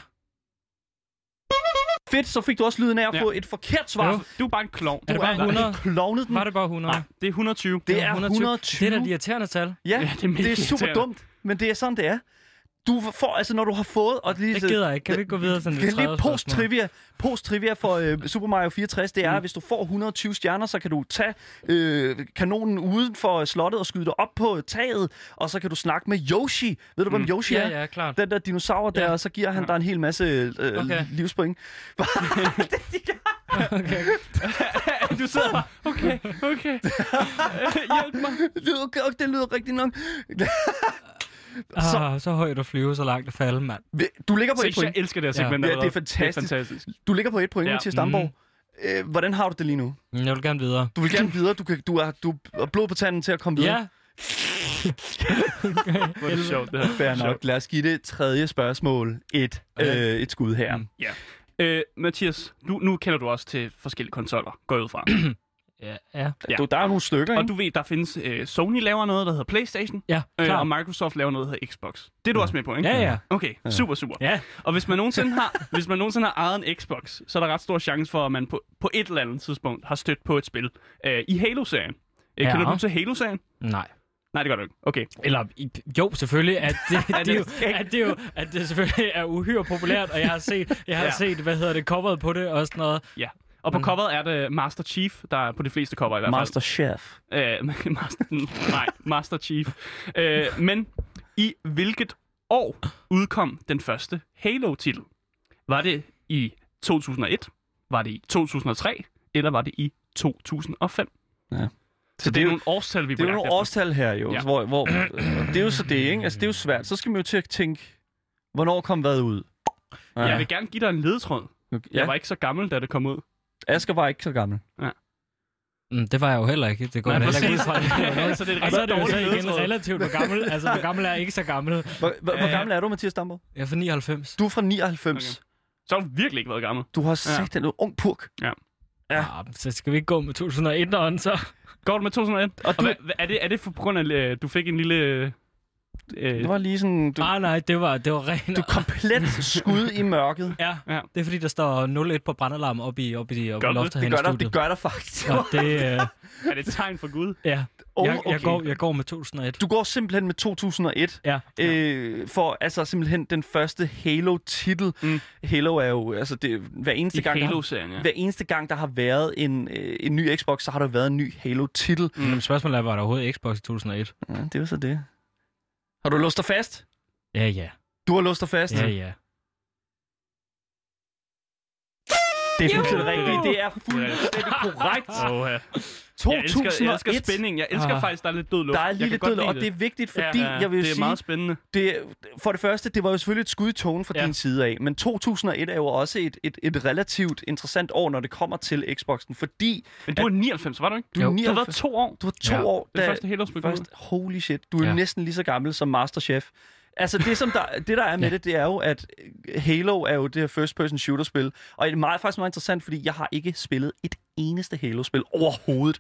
B: Fedt, så fik du også lyden af at
A: Ja.
B: få et forkert svar.
C: Jo.
A: Du er bare en klovn.
C: Er det bare
A: en-
C: 100?
B: Klovnet den.
C: Var det bare 100?
A: Nej, det er 120. (laughs)
B: Det er 120.
C: Det er da de irriterende tal. (laughs)
B: Ja,
A: Ja, det er
B: det
A: mega
B: er, det er super
A: irriterende.
B: dumt, men det er sådan, det er. Du får, altså når du har fået... Og lige,
C: Det gider jeg ikke. Kan vi ikke gå videre til det
B: Kan lige
C: tredje spørgsmål?
B: post-trivia, post-trivia for øh, Super Mario 64, det er, mm. hvis du får 120 stjerner, så kan du tage øh, kanonen uden for slottet og skyde det op på taget, og så kan du snakke med Yoshi. Ved du, hvem Yoshi er?
C: Mm. Ja, ja, klart.
B: Den der dinosaur der,
C: Ja.
B: og så giver han dig en hel masse øh,
C: Okay.
B: okay. (laughs) livspring.
A: Du sidder bare, okay,
B: (laughs)
A: okay. Øh, Hjælp mig.
B: (laughs) Det lyder, okay, det lyder rigtigt nok. Så-
C: Ah, så højt at flyve, så langt at falde, mand.
B: Du ligger på et
A: Six, jeg
B: point.
A: elsker det her
C: Ja.
A: segment
B: Ja, det er
A: allerede.
B: fantastisk.
A: Det er fantastisk.
B: Du ligger på et point,
A: Ja.
B: ja. til Stamborg. Øh, hvordan har du det lige nu?
C: Mm, Jeg vil gerne videre.
B: Du vil gerne videre. Du, kan, du, er, du er blod på tanden til at komme videre.
C: Ja.
A: Hvor er det sjovt, det her.
B: Fair
A: Sjovt.
B: nok. Lad os give det tredje spørgsmål et,
C: Okay.
B: øh, et skud her.
C: Mm.
A: Øh, Mathias, du, nu kender du også til forskellige konsoller, går jeg ud fra.
C: Ja, ja.
A: Ja.
B: Du, der er nogle stykker,
A: og
B: ikke?
A: du ved, der findes øh, Sony laver noget, der hedder Playstation,
C: Ja,
A: øh, og
C: klar.
A: Microsoft laver noget, der hedder Xbox. Det er du også med på, ikke?
C: Ja, ja.
A: Okay, super, super.
C: Ja.
A: Og hvis man nogensinde
C: (laughs)
A: har, hvis man nogensinde har ejet en Xbox, så er der ret stor chance for, at man på, på et eller andet tidspunkt har stødt på et spil øh, i Halo-serien. Øh,
C: Ja.
A: Kender du til Halo-serien?
C: Nej.
A: Nej, det gør du ikke. Okay.
C: Eller, i- jo, selvfølgelig, at
B: (laughs)
C: det,
A: Ja, det
C: det, det,
A: er
C: jo,
A: skægt.
C: at det jo at det selvfølgelig er uhyre populært, og jeg har set, jeg har
A: Ja.
C: ja. set hvad hedder det, coveret på det og sådan noget.
A: Ja. Og på
C: Mm.
A: coveret er det Master Chief, der er på de fleste cover i hvert fald.
B: Master Chef.
A: Øh, (laughs) master, nej, Master Chief. Øh, men i hvilket år udkom den første Halo-titel? Var det i 2001? Var det i 2003? Eller var det i 2005? Så, det, er
B: jo-
A: nogle årstal, vi
B: Det er
A: på
B: jo
A: jagt
B: nogle
A: efter.
B: årstal her, jo.
A: Ja.
B: Ja. Hvor, hvor, det er jo så det, ikke? Altså, det er jo svært. Så skal man jo til at tænke, hvornår kom hvad ud? Ja.
A: Jeg vil gerne give dig en ledetråd. Ja. Jeg var ikke (laughs) så gammel, da det kom ud.
B: Asger var ikke så gammel.
C: Mm, det var jeg jo heller ikke. Det går
A: Nej,
C: jeg heller ikke ud
A: præcis.
C: fra. det var noget.
A: så det er et
C: (laughs) Og så er
A: rigtig
C: det jo så
A: dårligt
C: igen
A: ledetråd.
C: relativt, hvor gammel, altså hvor gammel er jeg ikke så gammel.
B: Hvor, hvor, hvor
C: Øh.
B: gammel er du, Mathias Damborg?
C: Jeg er fra 99.
B: Du er fra 99. Okay.
A: Så har du virkelig ikke været gammel.
B: Du har sagt ja. en ung purk.
C: Ja. Ah, så skal vi ikke gå med 2001'eren, så.
A: Går du med 2001? Og,
B: Og
A: du...
B: du-
A: hvad, hvad- er, det, er det for på grund af, øh, du fik en lille... Øh,
B: Det
A: øh,
B: var lige sådan... Du,
C: Nej, Ah, nej, det var, det var rent.
B: du
A: (laughs)
B: komplet skud i mørket.
C: Ja,
A: Ja.
C: det er fordi, der står 01 på brandalarm oppe i, oppe i, oppe
A: Gør
C: i
A: det?
C: loftet
B: Det
C: herinde
B: gør,
C: i
B: der, det
C: studiet.
B: gør der faktisk.
C: Og det, øh,
A: er det et tegn for Gud?
C: ja,
B: Oh,
C: jeg, jeg,
B: okay.
C: går, jeg går med 2001.
B: Du går simpelthen med 2001.
C: Ja.
B: Øh, for altså simpelthen den første Halo-titel.
A: Mm.
B: Mm. Halo er jo, altså det, hver eneste
A: I
B: gang, der har-
A: Halo-serien, ja.
B: hver eneste gang, der har været en, øh, en ny Xbox, så har der været en ny Halo-titel.
C: Mm. Men spørgsmålet er, var der overhovedet Xbox i 2001?
B: Ja, det er jo så det. Har du låst dig fast?
C: Ja, ja.
B: Du har låst dig fast.
C: Ja, ja.
B: Det er fuldstændig
A: Jo!
B: rigtigt. Det er fuldstændig korrekt.
A: Oh, ja. Jeg elsker,
B: 2001.
A: jeg elsker spænding. Jeg elsker
C: Ah.
A: faktisk, der er lidt død luft.
B: Der er lige
A: Jeg kan
B: lidt
A: godt
B: død,
A: lide
B: og det er vigtigt, fordi
A: ja, ja,
B: jeg vil
A: det er
B: sige,
A: meget spændende.
B: det, for det første, det var jo selvfølgelig et skud i tone fra
A: Ja.
B: ja. din side af, men 2001 er jo også et, et, et relativt interessant år, når det kommer til Xboxen, fordi
A: Men du er 99, var du ikke?
B: du
C: Jo.
B: er
A: Du har været
B: 99,
A: to år.
B: du var to
C: Ja.
B: år,
A: Det
B: da,
A: første helårsbygge.
B: Først, holy shit, du er
C: Ja.
B: ja. næsten lige så gammel som Masterchef. Altså det, som der, det der er med
C: Ja.
B: ja. det, det er jo, at øh, Halo er jo det her first-person shooter-spil. Og det er meget, faktisk meget interessant, fordi jeg har ikke spillet et eneste Halo-spil overhovedet.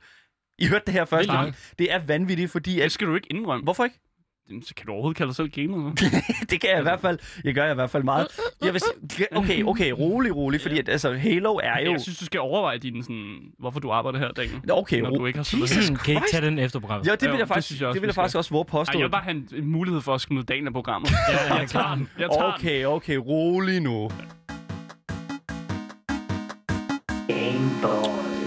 B: I hørte det her først.
C: Vildt
B: gang. Det er vanvittigt, fordi...
A: Det
B: At,
A: skal du ikke indrømme.
B: hvorfor ikke?
A: Jamen, Så kan du overhovedet kalde dig selv gamer. hva'?
B: (laughs) det kan jeg i hvert fald. Jeg gør jeg i hvert fald meget. Jeg vil, s- okay, okay, rolig, rolig, fordi at, altså, Halo er jo...
A: Jeg synes, du skal overveje din, sådan, hvorfor du arbejder her, Daniel.
B: Nå, Okay,
A: Når du
B: ro-
A: ikke har spillet
B: Jesus
A: Halo.
C: Kan I ikke
B: Christ.
C: tage den efter programmet?
B: Jo, det
A: Jo,
B: vil jeg
A: det
B: faktisk,
A: synes
B: det
A: jeg også,
B: vil
A: vi
B: jeg
A: skal.
B: faktisk også våge påstå.
A: Ej, jeg vil bare have en, en mulighed for at smide Daniel af
B: (laughs)
A: programmet.
C: ja, jeg tager den.
A: Jeg tager den.
B: Okay, okay, rolig nu.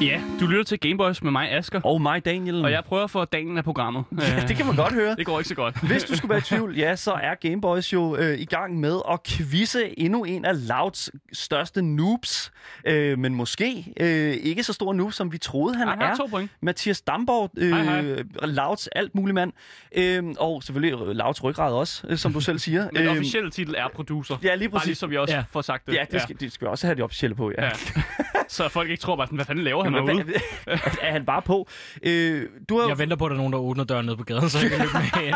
A: Ja, du lytter til Gameboys med mig, Asker.
B: Og mig, Daniel.
A: Og jeg prøver at få Daniel af programmet.
B: Oh. (laughs) Ja,
A: Øh,
B: det kan man godt høre.
A: det går ikke så godt. (laughs)
B: Hvis du skulle være i tvivl, ja, så er Gameboys jo øh, i gang med at quizze endnu en af Louds største noobs. Øh, men måske øh, ikke så stor noob, som vi troede, han
A: Han
B: er.
A: har to point.
B: Mathias Damborg, øh,
A: Hej, hej.
B: Louds alt mulig mand. Øh, og selvfølgelig øh, Louds ryggrad også, øh, som du selv
A: (laughs)
B: siger.
A: Men den officielle titel er producer.
B: ja, lige
A: Bare lige,
B: præcis.
A: så vi også
C: Ja.
A: får sagt det.
B: Ja, det skal, det skal vi også have det officielle på, ja.
A: Ja. Så folk ikke tror bare sådan, hvad fanden laver han
B: Hvad-
A: derude?
B: hvad- (laughs) er han bare på? Øh, du har,
C: Jeg venter på, at der er nogen, der åbner døren nede på gaden, så jeg kan løbe med ind.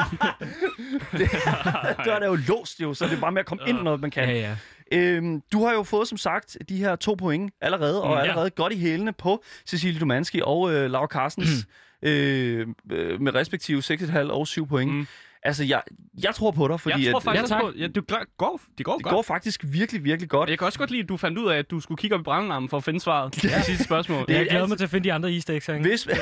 B: (laughs) døren er jo låst, jo, så det er bare med at komme
A: Øh,
B: ind, når man kan.
C: Ja, ja.
B: Øhm, du har jo fået, som sagt, de her to point allerede, og
A: Mm, ja.
B: allerede godt i hælene på Cecilie Dumanski og øh, Laura Carstens, øh, øh, med respektive 6,5 og 7 point.
A: Mm.
B: Mm. Altså, jeg, jeg tror på dig, fordi
A: jeg tror
B: at,
A: faktisk
C: Ja, tak.
A: på, ja, det, går, går, det går
B: det
A: godt.
B: går faktisk virkelig, virkelig
A: Og
B: godt.
A: jeg kan også godt lide, at du fandt ud af, at du skulle kigge op i brændelarmen for at finde svaret til det sidste spørgsmål.
B: Det er
C: Jeg glæder
B: altid-
C: mig til at finde de andre easter eggs herinde.
B: Hvis, (laughs) ja,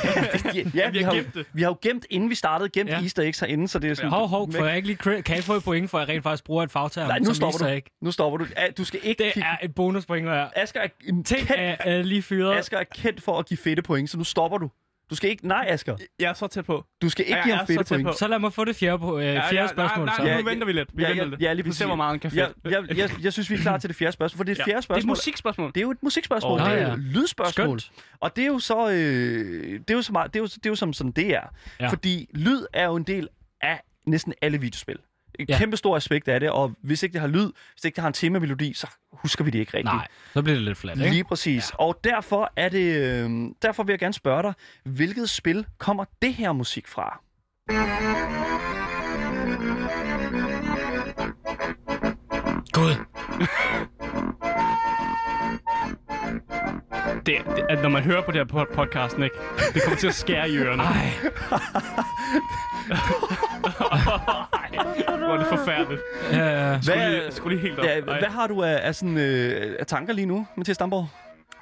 A: Vi
B: vi
A: har
B: har, jo-
A: gemt det.
B: vi har jo gemt, inden vi startede, gemt
C: Ja.
B: ja. Easter eggs herinde, så det er sådan...
C: Hov, hov, får jeg ikke lige cre- kan jeg ikke få et point, for at jeg rent faktisk bruger et fagterm
B: Nej, nu
C: som
B: stopper
C: easter
B: du.
C: egg?
B: Nu stopper du. Ja, Du skal ikke
C: Det
B: kigge...
C: er et bonuspoint hver.
B: Asger er, en
C: Tænk,
B: kendt,
C: at jeg lige fyret.
B: Asger er kendt for at give fedte point, så nu stopper du. Du skal ikke... Nej, Asger.
A: Jeg er så tæt på.
B: Du skal ikke
A: Ja,
B: give
A: jeg
B: ham
A: er så
B: fedte
A: tæt
B: point.
A: på.
C: Så lad mig få det fjerde, po- øh,
A: Ja,
C: fjerde
A: ja,
C: spørgsmål.
A: Nej,
C: så.
A: nej,
B: Ja,
A: nu venter vi lidt. Vi
B: ja,
A: venter
B: ja,
A: lidt.
B: ja, lige
A: vi ser,
B: præcis.
A: hvor meget han kan
B: Jeg,
A: fedt.
B: jeg, jeg, jeg synes, vi er klar til det fjerde spørgsmål, for
A: Ja.
B: det fjerde
A: Det er
B: spørgsmål...
A: et musikspørgsmål.
B: Det er jo et musikspørgsmål.
A: Åh,
B: det er
C: ja.
B: et lydspørgsmål.
C: Skønt.
B: Og det er jo så øh, det er jo så meget det er jo, det er jo som som det er.
C: Ja.
B: Fordi lyd er jo en del af næsten alle videospil. Et
C: Ja.
B: ja. kæmpe stor aspekt af det, og hvis ikke det har lyd, hvis ikke det har en temamelodi, så husker vi det ikke rigtigt.
C: Nej, så bliver det lidt flat, ikke?
B: Lige præcis. Ja. Og derfor er det, øh, derfor vil jeg gerne spørge dig, hvilket spil kommer det her musik fra?
C: Gud.
A: Det, det, at når man hører på det her pod- podcasten, ikke? Det kommer til at skære i ørerne.
C: Ej.
A: (laughs) Hvor er det forfærdeligt.
C: Øh,
A: Skulle lige, skulle lige helt op.
B: ja,
A: Ej.
B: hvad har du af, af, sådan, øh, af tanker lige nu, Mathias Damborg?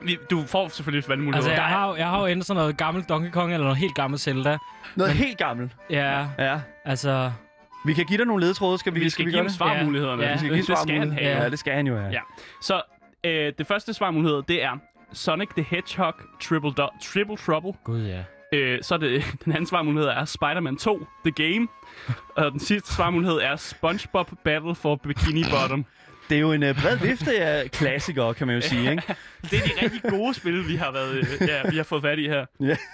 A: Vi- Du får selvfølgelig valgmuligheder.
C: altså, jeg
A: Altså,
C: har, jo- jeg har jo enten sådan noget gammelt Donkey Kong eller noget helt gammelt Zelda.
B: Noget Men... helt gammelt.
C: Ja,
B: Ja.
C: altså...
B: Vi kan give dig nogle ledetråde, skal vi,
A: vi
B: skal
A: skal
B: vi
A: give
B: gøre
A: ham
B: det?
A: svarmulighederne.
C: Ja,
B: Vi skal give
A: det, det skal han
B: svarmuligheden.
A: have.
B: Ja, det skal han jo have.
A: Ja. Så øh, det første svarmulighed, det er Sonic the Hedgehog Triple, Do- Triple Trouble.
C: Gud, ja.
A: Øh, så er det, (laughs) den anden svarmulighed er Spider-Man 2 The Game. Og den sidste svarmulighed er SpongeBob Battle for Bikini Bottom.
B: Det er jo en øh, bred vifte af klassikere, kan man jo sige, ikke?
A: Det er de rigtig gode spil, vi har, været, øh, ja, vi har fået fat i her.
B: (laughs) Ja.
A: (laughs)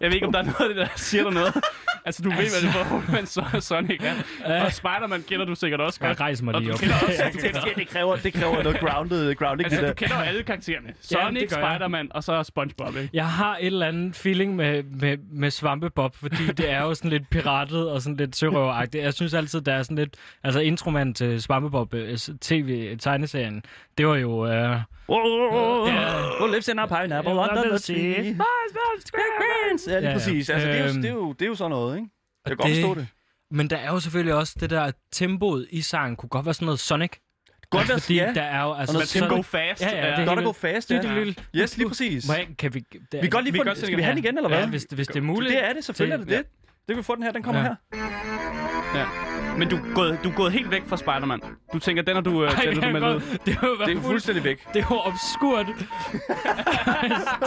A: Jeg ved ikke, om der er noget af det, der siger dig noget. Altså, du altså... ved, (laughs) hvad det er, man så Sonic er. Og Spider-Man kender du sikkert også
C: Jeg
A: godt.
C: rejser mig
A: Og
C: lige
A: du
C: op.
A: kender også, du kender,
B: Ja, det kræver, det kræver noget grounded, grounding.
A: altså, du
B: det der.
A: kender jo alle karaktererne.
C: Ja, det
A: Sonic,
C: gør
A: ja,
C: jeg.
A: Spider-Man og så SpongeBob, ikke?
C: Jeg har et eller andet feeling med, med, med Svampebob, fordi det er jo sådan lidt piratet og sådan lidt sørøveragtigt. Jeg synes altid, der er sådan lidt... Altså, intromanden til Svampebob øh, s- tv-tegneserien, det var jo... Øh,
B: Wow, wow, wow, wow.
C: Ja.
B: Well, lives in a pineapple
C: Ja,
B: under
C: det
B: the
C: vil
B: sea.
C: sige.
B: Ja, lige
C: Ja, ja.
B: præcis. Altså, det, er jo,
C: Øhm.
B: det, er jo, det er jo sådan noget, ikke? Jeg kan
C: Og
B: godt
C: det-
B: forstå det.
C: men der er jo selvfølgelig også det der tempoet i sangen, kunne godt være sådan noget Sonic.
B: Godt at
C: fordi
B: sige, ja.
C: der er jo altså...
B: noget
A: Skal
B: tempo.
A: go fast.
C: Ja, ja, det er
B: Godt at gå fast, ja.
C: Det er det lille-
B: Yes, lige præcis.
C: Må jeg, kan vi,
B: Vi
C: der,
B: kan godt
A: Vi
B: lige
A: kan
B: få den.
A: godt se,
B: Skal vi have den igen, eller hvad?
C: Ja, hvis, hvis det er muligt.
B: Det er det, selvfølgelig er det det. Det kan vi få den her, den kommer
C: Ja.
B: her.
A: Ja. Men du er, gået, du er gået helt væk fra Spider-Man. Du tænker, den er du, øh,
C: Ej,
A: den er du
C: jeg
A: med
C: kan
A: ud.
C: godt- det var,
B: Det er fuldstændig væk.
C: Det var
B: (laughs)
C: obskurt. (laughs)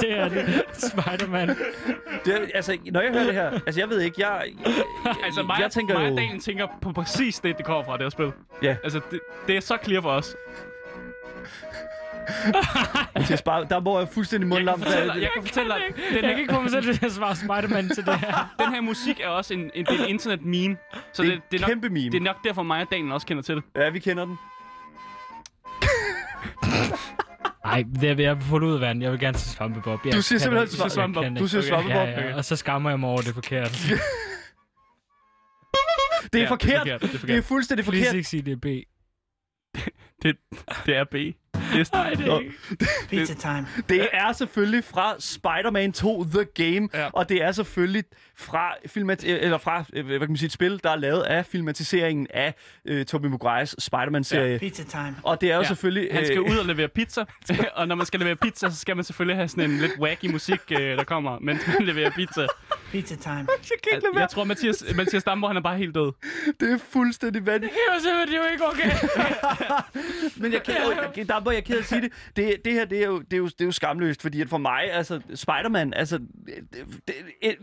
C: det er det. Spider-Man.
B: Det er, altså, når jeg hører det her, altså jeg ved ikke, jeg, jeg,
A: Altså, mig,
B: jeg tænker
A: mig
B: jo...
A: og Daniel tænker på præcis det, det kommer fra, det her spil.
B: Ja.
A: Altså, det, det er så clear for os.
B: Mathias Bar- der må jeg fuldstændig
A: Jeg
B: mundlam.
A: kan fortælle, dig- jeg kan fortælle dig, den,
C: Jeg kan ikke få mig selv til at svare Spider-Man til det her.
A: den her musik er også en, en, det er en internet-meme. Så
B: Det
A: det,
B: er en
A: det, er nok,
B: kæmpe meme.
A: det er nok derfor, mig og Daniel også kender til det.
B: Ja, vi kender den.
C: Nej, det er jeg fuldt ud af vandet. Jeg vil gerne til Svampebob. Jeg
B: Du siger
C: kan
B: simpelthen
C: det.
B: til
C: Jeg
A: Svampebob.
C: kan det.
B: Du siger
A: Okay.
B: Svampebob.
C: Ja, ja, og så skammer jeg mig over at det er forkert.
B: Det
A: Ja,
B: er forkert.
A: Det er forkert.
B: Det er fuldstændig
C: Please
B: forkert.
C: ikke sige det er B.
A: Det, det er B. Det er,
C: det
B: er
D: Pizza time.
B: Det er selvfølgelig fra Spider-Man 2 The Game,
A: Ja.
B: ja. og det er selvfølgelig fra, filmat- eller fra øh, hvad kan man sige, et spil, der er lavet af filmatiseringen af øh, Tobey Maguires Spider-Man-serie. Ja.
D: Pizza time.
B: Og det er jo
A: Ja.
B: ja. selvfølgelig...
A: han skal
B: øh,
A: ud
B: (laughs)
A: og levere pizza, og når man skal levere pizza, så skal man selvfølgelig have sådan en lidt wacky musik, øh, der kommer, mens man leverer pizza.
D: Pizza time.
A: Jeg tror, Mathias, Mathias Damborg, han er bare helt død.
B: Det er fuldstændig vanvittigt.
C: Det var simpelthen jo ikke okay.
B: Men jeg, kan,
C: (laughs)
B: jeg, der må jeg er ked af at sige det. det. Det her, det er, jo, det, er jo, det er jo skamløst, fordi at for mig, altså Spider-Man, altså... Det, det,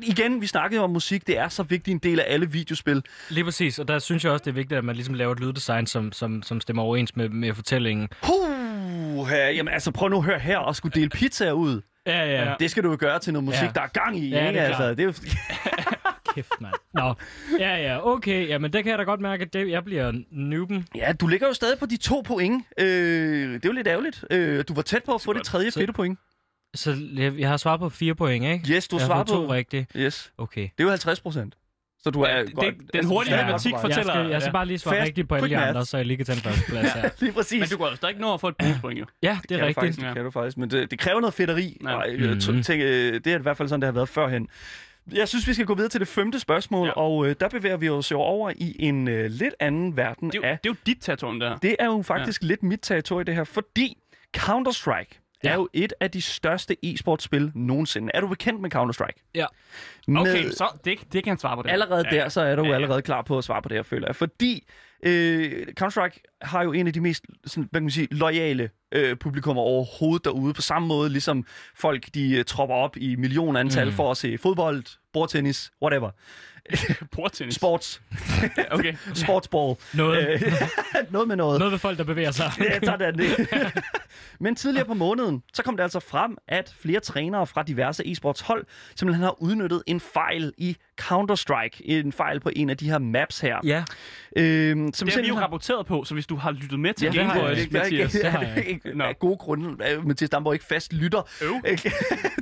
B: igen, vi snakkede jo om musik, det er så vigtig en del af alle videospil.
C: Lige præcis, og der synes jeg også, det er vigtigt, at man ligesom laver et lyddesign, som, som, som stemmer overens med, med fortællingen.
B: Puh, jamen altså prøv nu at høre her og skulle dele pizzaer ud.
C: Ja, ja.
B: Det skal du jo gøre til noget musik,
C: Ja.
B: ja. der er gang i,
C: Ja,
B: ja,
C: det
B: ikke?
C: er
B: altså,
C: klart.
B: det er jo... (laughs)
C: Kæft, mand. Nå. Ja, ja, okay. Jamen, det kan jeg da godt mærke, at det, jeg bliver nuben.
B: Ja, du ligger jo stadig på de to point. Øh, det er jo lidt ærgerligt. Øh, du var tæt på at få det tredje
C: Så-
B: fedte point.
C: Så jeg, jeg har svaret på fire point, ikke?
B: Yes, du
C: jeg
B: svarer
C: har fået to
B: på...
C: rigtigt.
B: Yes,
C: Okay.
B: det er jo 50 procent. Så du er
A: Ja, det-
B: godt...
A: det- den hurtige
B: du er
A: matematik
B: godt på vej.
C: Jeg
A: Fortæller-
C: skal, jeg skal
A: ja.
C: bare lige svare
B: Fast,
C: rigtigt på alle
B: quick
C: de
B: math.
C: andre, så jeg lige kan tage en første plads her.
B: Lige
A: (laughs)
B: præcis.
A: Men du går altså ikke nå at få et bonuspoint, jo.
C: Ja, det
B: Det kan
C: er
B: du
C: rigtigt.
B: Faktisk, det kan du faktisk, men det, det kræver noget fedteri.
A: Ja.
B: Ja. Og, jeg
C: Mhm.
B: t- tænker, øh, det er i hvert fald sådan, det har været førhen. Jeg synes, vi skal gå videre til det femte spørgsmål,
A: Ja.
B: ja. og øh, der bevæger vi os jo over i en øh, lidt anden verden
A: Det er, jo,
B: af
A: det er jo dit territorium, der.
B: Det er jo faktisk ja. lidt mit territorie, det her, fordi Counter-Strike ja.
C: Ja.
B: er jo et af de største e-sportspil nogensinde. Er du bekendt med Counter-Strike?
C: Ja.
B: Med,
A: Okay, så det, det kan han svare på det.
B: Allerede
A: ja.
B: ja. der, så er du
A: Ja,
B: ja,
A: ja.
B: allerede klar på at svare på det her, føler jeg. Fordi øh, Counter-Strike har jo en af de mest sådan, hvad kan man sige, loyale øh, publikummer overhovedet derude. På samme måde, ligesom folk, de øh, tropper op i millionantal
C: Mm.
B: mm. for at se fodbold, bordtennis, whatever.
A: Bordtennis.
B: Sports.
A: Ja, Okay.
B: Sportsball.
C: Noget,
B: Øh, noget med noget.
C: noget ved folk, der bevæger sig.
B: (laughs) Ja, sådan det. (laughs) Men tidligere på måneden, så kom det altså frem, at flere trænere fra diverse e-sports hold simpelthen har udnyttet en en fejl i Counter-Strike, en fejl på en af de her maps her.
E: Ja.
B: Øhm, som
A: Det har vi jo
B: simpelthen-
A: rapporteret på, så hvis du har lyttet med til
B: Ja,
A: ja,
B: det har jeg
A: Gameboys,
B: ikke. Det har jeg
A: Mathias,
B: ikke. Det har
C: Det har
B: jeg
C: jeg
B: ikke.
A: Nå.
B: Af gode grunde. øh, Mathias Damborg ikke fast lytter.
A: Øv.
B: (laughs) Ikke?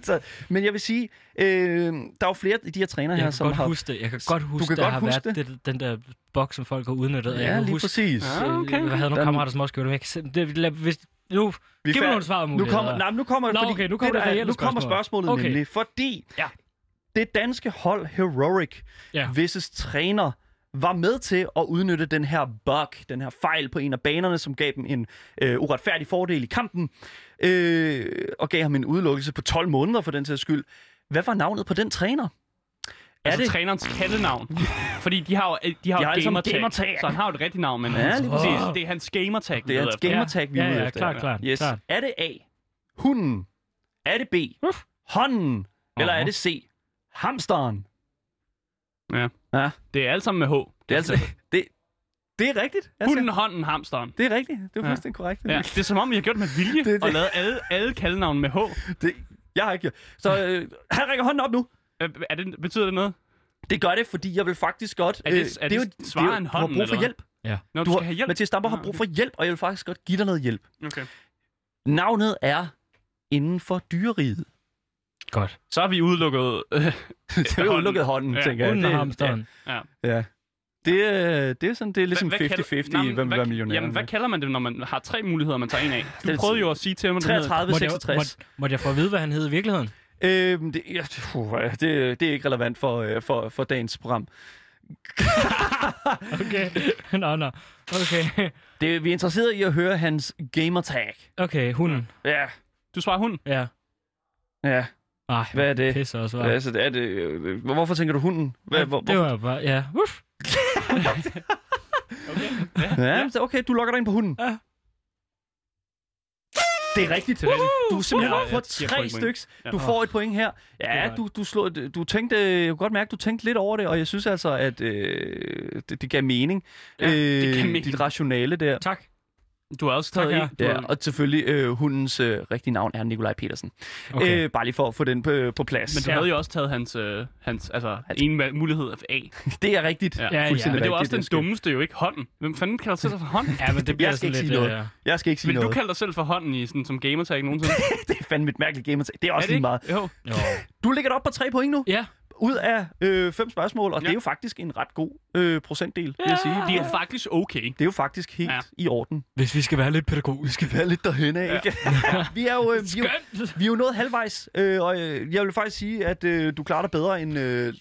B: så, men jeg vil sige, øh, der er jo flere af de her trænere
C: Jeg
B: her,
C: kan
B: som
C: godt
B: har...
C: huske det. Jeg kan godt huske,
B: kan
C: der
B: godt
C: har
B: huske
C: været det, den der boks, som folk har udnyttet. og jeg
B: ja,
C: kan
B: lige
C: huske,
B: præcis.
A: Ja.
C: øh,
A: Ah, okay,
C: Jeg
A: okay.
C: havde nogle
B: Den-
C: kammerater, som også gjorde det, men jeg kan simpelthen... Det, lad, hvis, nu,
B: Vi
C: giv
B: fa-
C: mig nogle svar om
B: Nu kommer, nej, men nu kommer,
C: Nå,
B: fordi
C: okay, nu kommer det
B: der er-
C: reelle
B: nu kommer
C: spørgsmål.
B: spørgsmålet
C: Okay.
B: nemlig, fordi
A: Ja.
B: det danske hold Heroic,
C: Ja.
B: hvis træner var med til at udnytte den her bug, den her fejl på en af banerne, som gav dem en øh, uretfærdig fordel i kampen, øh, og gav ham en udelukkelse på 12 måneder for den sags skyld. Hvad var navnet på den træner?
A: altså
B: det-
A: trænerens kattenavn. Fordi de har jo, de har
B: De
A: jo
B: har alle
A: et
B: sammen
A: gamertag,
B: gamertag.
A: så han har jo et rigtigt navn, men
B: Ja, lige
A: præcis. det er hans gamertag, vi
B: Det er
A: leder
B: et
A: efter.
B: gamertag, vi er
C: Ja,
B: ude
C: ja,
B: efter.
C: klart, klart.
B: Yes.
C: klart.
B: Er det A, hunden? Er det B,
C: Uf.
B: hånden? Eller er
A: Nå.
B: det C, hamsteren?
A: Ja.
B: Ja.
A: Det er alt sammen med H.
B: Det er altså... Det, det er rigtigt. Altså,
A: Hunden, hånden, hamsteren.
B: Det er rigtigt. Det er
A: Ja.
B: fuldstændig korrekt.
A: Ja. Det er som om, vi har gjort det med vilje
B: (laughs) Det er det.
A: og lavet alle, alle kaldenavne med H.
B: Det, jeg har ikke gjort. Så øh, han rækker hånden op nu.
A: Øh, Er det, betyder det noget?
B: Det gør det, fordi jeg vil faktisk godt...
A: Er det-
B: øh,
A: er det
B: jo-
A: svarer
B: det er jo-
A: en
B: Du har
A: hånden,
B: brug for
A: eller hvad?
B: hjælp.
A: Når du,
B: Du
A: skal
B: har,
A: have hjælp?
B: Mathias Stamper har
A: Ah,
B: brug for hjælp, og jeg vil faktisk godt give dig noget hjælp.
A: Okay.
B: Navnet er inden for dyreriget.
A: (laughs)
C: Godt.
A: Så har vi udelukket... (laughs) Øh,
B: det er jo lukket hånden,
A: Ja,
B: tænker jeg.
C: Hunden
B: Det-
C: og hamsteren.
B: Ja. Det, øh, det er sådan, det er ligesom
A: hvad kalder-
B: 50-50
A: Nå,
B: i,
A: men
B: hvem vil
A: hvad-
B: være millionær.
A: Jamen, hvad kalder man det, når man har tre muligheder, man tager en af? Du
B: Det-
A: prøvede jo at sige til mig, det hedder-
B: 33,
C: Måtte jeg,
B: 66.
C: måtte, måtte jeg få at vide, hvad han hed i
B: (laughs)
C: virkeligheden?
B: Øhm, det, ja, puh, ja, det, det er ikke relevant for, øh, for, for dagens program.
C: Okay. (laughs) nå, nå. Okay.
B: Det, vi er interesseret i at høre hans gamertag.
C: Okay, hunden.
B: Ja,
A: Du svarer hunden.
C: Ja.
B: ja.
C: Ej,
B: Hvad er det?
C: pis også, var.
B: Hvad? Altså, er det, øh, hvorfor tænker du hunden? Hvad, hvor,
C: det var bare, ja. Uff.
B: hvorfor? Ja, så okay, du lokker dig ind på hunden.
C: Ja.
B: Det er rigtigt.
A: Det er rigtigt.
B: Du er simpelthen
A: Ja,
B: oppe på
A: jeg giver
B: tre
A: point.
B: stykker.
A: Ja.
B: Du får et point her. Ja,
C: godt.
B: du, du, slår, du tænkte, jeg kunne godt mærke, du tænkte lidt over det, og jeg synes altså, at øh, det, det gav mening.
A: Ja, det
B: Øh,
A: gav mening.
B: Dit rationale der.
C: Tak.
A: Du har også (laughs) taget
C: Tak, ja.
A: en. Du
B: Ja,
A: har-
B: og selvfølgelig øh, hundens øh, rigtige navn er Nikolaj Petersen. Okay.
C: Okay.
B: Øh, bare lige for at få den på, på plads.
A: Men du
B: det,
A: havde jo også taget hans, øh, hans altså,
B: Hans-
A: en ma- mulighed af A.
B: det er rigtigt.
A: Ja.
C: Ja, ja.
B: Fuldstændig
A: Men det var
B: rigtigt,
A: også den
B: skal-
A: dummeste jo ikke hånden. Hvem fanden kalder sig selv for hånden?
C: Ja, men det bliver
B: Jeg skal
C: sådan
B: ikke
C: lidt...
B: sige noget.
C: øh,
B: Jeg skal ikke sige
A: Vil du
B: noget.
A: kalde dig selv for hånden i sådan, som gamertag nogensinde?
B: (laughs) Det er fandme et mærkeligt gamertag. Det er
A: er
B: også
A: det
B: lige meget.
A: ikke? Jo.
C: Jo.
B: Du ligger op på tre point nu.
C: Ja,
B: Ud af øh, fem spørgsmål, og ja.
A: Ja.
B: det er jo faktisk en ret god øh, procentdel, vil jeg sige.
A: De er faktisk okay.
B: Det er jo faktisk helt ja.
A: Ja.
B: i orden.
C: hvis vi skal være lidt pædagogiske.
B: Vær lidt derhen af, ikke? (laughs) vi er jo... Øh, vi er jo
C: Skønt!
B: vi er jo nået halvvejs, øh, og øh, jeg vil faktisk sige, at øh, du klarer dig bedre, end øh,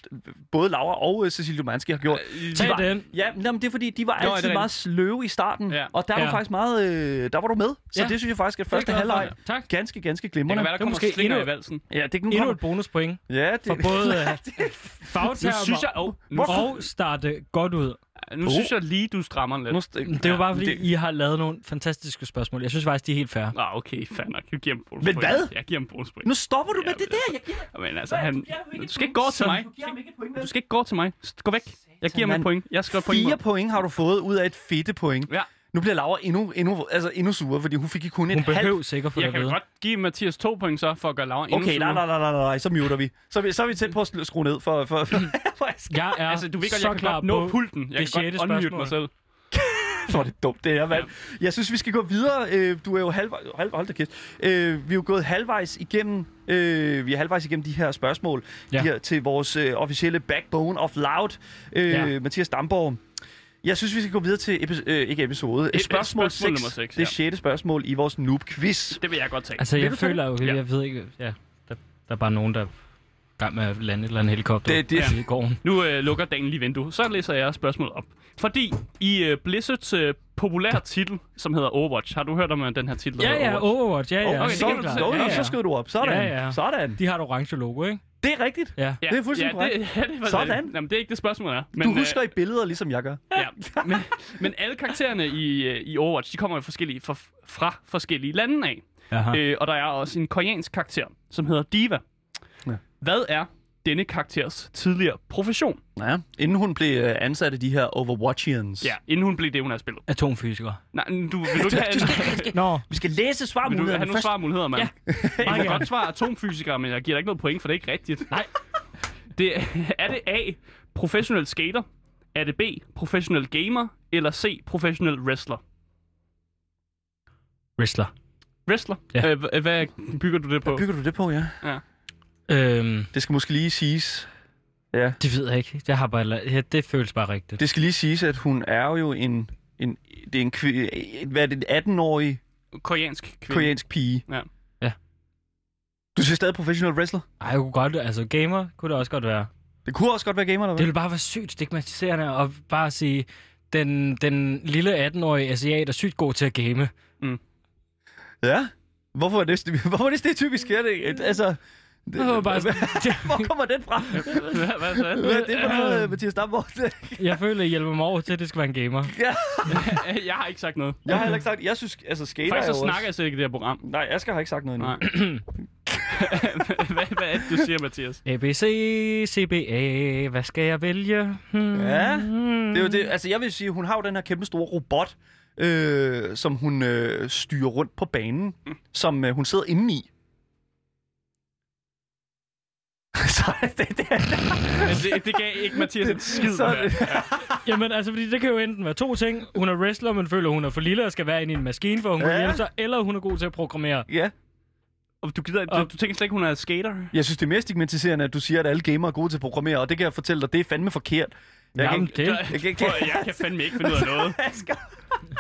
B: både Laura og øh, Cecilie Lumanski har gjort.
C: Tag
B: var-
C: den.
B: Ja, nej, men det er fordi, de var
A: Nå, er det
B: altid
A: rigtigt?
B: meget sløve i starten, ja.
A: Ja.
B: og der var
C: Ja.
B: faktisk meget, øh, der var du med. Så ja.
C: Ja.
B: det synes jeg faktisk, at første
C: Det er godt,
B: halvleg,
C: ja. Tak.
B: ganske, ganske
A: Det kan
B: glimrende.
A: være, der
C: Det er
A: kommer
C: måske
A: slinger
C: endnu-
A: i valsen.
B: Ja, det kan
C: Endnu et
A: (laughs)
C: bonuspoint
B: Ja, det...
C: for både øh,
A: Nu
C: fagtermer
A: synes jeg, oh, nu,
C: og starte godt ud.
A: nu synes jeg lige, du strammer lidt.
B: Nu st-
C: Det er jo bare, fordi
B: det-
C: I har lavet nogle fantastiske spørgsmål. Jeg synes faktisk, de er helt fair.
A: Ah, okay, fair nok. Jeg giver ham bonus.
B: Men hvad?
A: Jeg giver ham bonus point.
B: Nu stopper du med
A: Ja,
B: det der, jeg giver
A: Men altså, han...
B: ikke
A: Du skal ikke gå til mig.
B: Du giver ham ikke et point, vel?
A: Du skal ikke gå til mig. Gå væk. Jeg giver mig
B: mand.
A: et point. Jeg skal have point.
B: Fire
A: imod.
B: point har du fået ud af et fedte point.
A: Ja.
B: Nu bliver Laura endnu, endnu, altså endnu surere, fordi hun fik ikke kun
C: Hun
B: et halvt...
C: behøver sikkert få
A: Jeg
C: det
A: kan
C: ved.
A: jo godt give Mathias to point så, for at gøre Laura endnu
B: Okay, nej,
A: surere.
B: nej, nej, nej, nej, så muter vi. Så er vi, så er vi tæt på at sl- skrue ned for... for, for, for
C: Jeg er
A: Altså, du ved godt,
C: så
A: jeg kan
C: klar
A: godt nå
C: på...
A: pulten. Jeg
C: det
A: kan
C: sjette
A: godt unmute
C: spørgsmål.
A: mig selv.
B: (laughs) Hvor er det dumt, det er, mand. Jeg synes, vi skal gå videre. Øh, Du er jo halvvejs... Halv, hold da kæft. Øh, Vi er jo gået halvvejs igennem... Øh, vi er halvvejs igennem de her spørgsmål ja.
C: Ja.
B: de her, til vores øh, officielle Backbone of Loud. Øh, ja.
C: Ja.
B: Mathias Damborg. Jeg synes, vi skal gå videre til episo- øh, ikke episode.
A: et
B: spørgsmål,
A: spørgsmål nummer
B: 6.
A: seks,
B: det
A: ja.
B: er sjette spørgsmål i vores noob-quiz.
A: Det vil jeg godt tage.
C: Altså,
B: Vil
C: jeg
B: du tage
C: føler jo,
A: Ja.
C: jeg ved ikke... Ja, der, der er bare nogen, der er i gang med at lande et eller andet helikopter
B: Det- det-
C: i gården.
A: Nu øh, lukker Daniel lige vindue. Så læser jeg spørgsmålet op. Fordi i øh, Blizzards øh, populære titel, som hedder Overwatch, har du hørt om øh, den her titel? der
C: Ja,
A: hedder
C: ja,
A: Overwatch?
C: Overwatch, ja, ja.
B: Okay,
A: det
B: så,
A: kan du tage.
B: så,
A: Ja, ja.
B: så skød du op. Sådan.
C: Ja, ja.
B: Sådan.
C: De har et orange logo, ikke?
B: Det er rigtigt.
C: Ja.
A: Ja,
B: Det er fuldstændig
A: ja, det, (laughs) ja, det var,
B: Sådan.
A: Jamen, det er ikke det spørgsmål, er. øh,
B: Du husker i billeder, ligesom jeg gør.
A: Ja, (laughs) men, men alle karaktererne i, øh, i Overwatch, de kommer jo forskellige fra, fra forskellige lande af.
C: Aha.
A: Øh, og der er også en koreansk karakter, som hedder Diva.
B: Ja.
A: Ja. Hvad er denne karakters tidligere profession?
B: Ja. Inden hun blev øh, ansat af de her Overwatchians.
A: Ja, inden hun blev det, hun har spillet.
C: Atomfysiker.
A: Nej, men du, vil du ikke have,
B: (laughs) Du skal,
A: en,
B: skal,
C: Nå,
B: vi skal læse
A: vil du have
B: svarmulighederne
A: nogle
B: først.
A: svarmuligheder, mand? Ja. Jeg
C: Meget
A: kan
C: gerne.
A: godt svare atomfysiker, men jeg giver dig ikke noget point, for det er ikke rigtigt.
C: Nej.
A: (laughs) Det, er det A, professionel skater? Er det B, professionel gamer? Eller C, professionel wrestler?
C: Wrestler.
A: Wrestler?
C: Ja.
A: Øh, hva- hvad bygger du det på?
B: Bygger du det på, ja?
C: Øhm,
B: Det skal måske lige siges... Ja.
C: det ved jeg ikke. Jeg har bare, ja, det føles bare rigtigt.
B: Det skal lige siges, at hun er jo en... en det er en, kvi, hvad er det, en 18-årig
A: Koreansk kvinde.
B: koreansk pige.
A: Ja.
C: Ja.
B: Du siger stadig professional wrestler?
C: Ej, jeg kunne godt, altså gamer kunne det også godt være.
B: Det kunne også godt være gamer, eller
C: Det
B: hvad?
C: ville bare være sygt stigmatiserende at bare sige, den, den lille 18-årige asiat er sygt god til at game.
B: Ja. Hvorfor er det, st- hvorfor er det stereotypisk? Er det, altså, det,
C: (laughs) Det var
B: (laughs)
C: bare
B: hvor
C: sådan,
B: kommer den fra?
A: (laughs) Hvad, hvad så?
B: Hvad er det for noget, Mathias Damborg?
C: jeg føler, at hjælper mig over til, at det skal være en gamer.
A: Øh, jeg har ikke sagt noget.
B: Jeg har heller ikke sagt... Jeg synes, altså skater
A: Faktisk
B: er
A: så
B: jo Mm.
A: snakker jeg slet ikke i det her program.
B: Også... Nej, Asger har ikke sagt noget endnu. (clears throat)
A: Nej. hvad, hvad er det, du siger, Mathias?
C: ABC, CBA, hvad skal jeg vælge? Hmm.
B: Ja, Det er jo det. Altså, jeg vil sige, hun har jo den her kæmpe store robot, øh, som hun øh, styrer rundt på banen, som øh, hun sidder inde i. (laughs) Så det, det, det,
A: Men det, det gav ikke Mathias et (laughs) skid.
B: så,
A: det her.
C: Jamen altså, fordi det kan jo enten være to ting. Hun er wrestler, men føler, hun er for lille og skal være inde i en maskine, for hun
B: Ja.
C: ja. hjælpe sig, eller hun er god til at programmere.
B: ja.
A: Og du, gider, du, du tænker slet ikke, hun er skater?
B: Jeg synes, det er mere stigmatiserende, at du siger, at alle gamere er gode til at programmere, og det kan jeg fortælle dig, det er fandme forkert. Jeg
C: Jamen,
B: kan
C: det.
A: Jeg, jeg,
B: kan
A: jeg,
B: ikke- (laughs)
A: jeg kan fandme ikke finde ud af noget.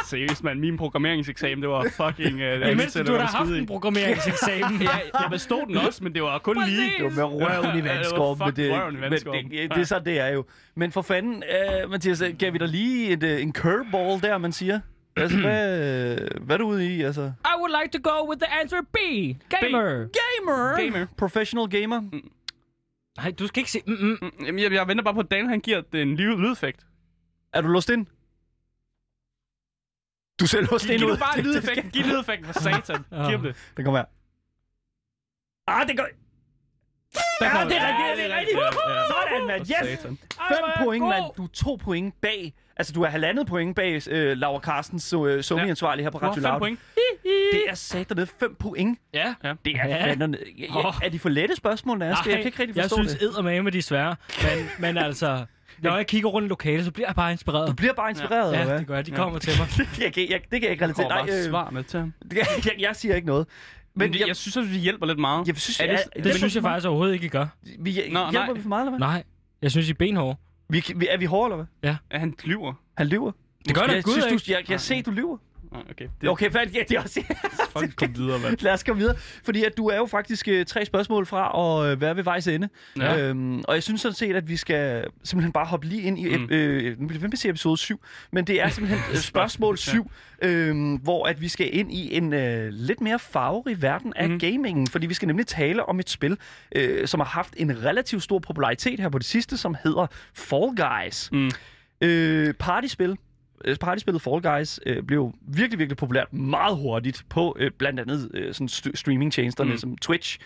A: Seriøst, mand. Min programmeringseksamen, det var fucking... Uh, det
C: Imens du har haft en
B: (laughs)
C: programmeringseksamen. ja,
A: Jeg bestod den også, men det var kun lige.
B: Det var med røven i vandskorben.
A: Ja,
B: men
A: det var fuck røven i
B: men
A: vandskorben.
B: det, det, er så, det er jo. Men for fanden, øh, Mathias, gav vi dig lige et, øh, en curveball der, man siger? Altså, hvad, øh, hvad er du ude i, altså?
C: I would like to go with the answer B. Gamer.
B: Gamer! Mm.
A: Gamer.
B: Professional gamer.
C: Nej, du skal ikke sige... Mm, mm.
A: Mm, Jamen, jeg, jeg venter bare på, at Dan han giver den liv lydeffekt.
B: Er du låst ind? Du ser låst
A: Giv
B: ind
A: nu
B: ud.
A: bare
B: (laughs) Det- det
A: lydeffekten. Giv lydeffekten for satan. Giv ham det.
B: skal- Den kommer her. Ah, det går...
A: Der kommer-
B: det er rigtigt, det er rigtigt.
A: ja, ja.
B: Sådan, mand.
A: For
B: Yes!
A: satan.
B: Fem point, mand. Du er to point bag. Altså, du er halvandet point bag øh, Laura Carstens øh, Sony-ansvarlig her på
A: Du har
B: Radio
A: fem
B: Loud.
A: point.
B: Det er sat dernede. Fem point.
C: Ja.
B: Det er ja.
C: Ja.
B: fandme... Ja, ja, er de for lette spørgsmål, Asger? Jeg kan ikke rigtig
C: jeg
B: forstå
C: synes
B: det.
C: eddermame, de er svære. Men, men altså, når jeg kigger rundt i lokalet, så bliver jeg bare
B: Du
C: inspireret.
B: bliver bare inspireret,
C: Ja,
B: eller hvad?
C: det gør jeg. De kommer til mig.
B: (laughs) jeg, kan- jeg, det kan jeg ikke
A: Det
B: relatere. Nej, øh,
A: svarene til ham.
B: (laughs) jeg, jeg, jeg siger ikke noget. Men,
A: Men det,
B: jeg,
A: jeg, jeg synes, at det hjælper lidt meget.
B: jeg synes,
A: er det-
B: jeg-
A: det
C: Det
A: Men-
C: synes jeg faktisk overhovedet ikke, I gør.
B: vi, jeg,
A: Nå,
B: hjælper
A: nej.
B: vi for meget, eller hvad?
C: Nej, jeg synes, I er benhårde.
B: Vi, vi, er vi hårde, eller hvad?
A: At han lyver.
B: Han lyver.
C: Det gør da
B: jeg,
C: Gud
B: synes,
C: ikke.
B: du, jeg, jeg kan se, du lyver.
A: Nej, okay. Det
B: Det.
A: er
B: Okay, færdig. Ja, det er også...
A: fucking kom videre, mand.
B: (laughs) Lad os komme videre. Fordi at du er jo faktisk øh, tre spørgsmål fra at øh, være ved vejs ende.
A: Ja.
B: Øhm, og jeg synes sådan set, at vi skal simpelthen bare hoppe lige ind i... Mm.
A: Mm.
B: Øh, nu bliver det ved med episode 7, men (laughs) det er simpelthen øh, spørgsmål 7, øhm, hvor at vi skal ind i en øh, lidt mere farverig verden af mm.
A: Mm.
B: gamingen. Fordi vi skal nemlig tale om et spil, øh, som har haft en relativt stor popularitet her på det sidste, som hedder Fall Guys.
A: Mm.
B: Øh, partyspil. Øh, Partyspillet Fall Guys øh, blev virkelig, virkelig populært meget hurtigt på øh, blandt andet øh, sådan st- streamingtjenesterne mm.
A: Mm.
B: som Twitch.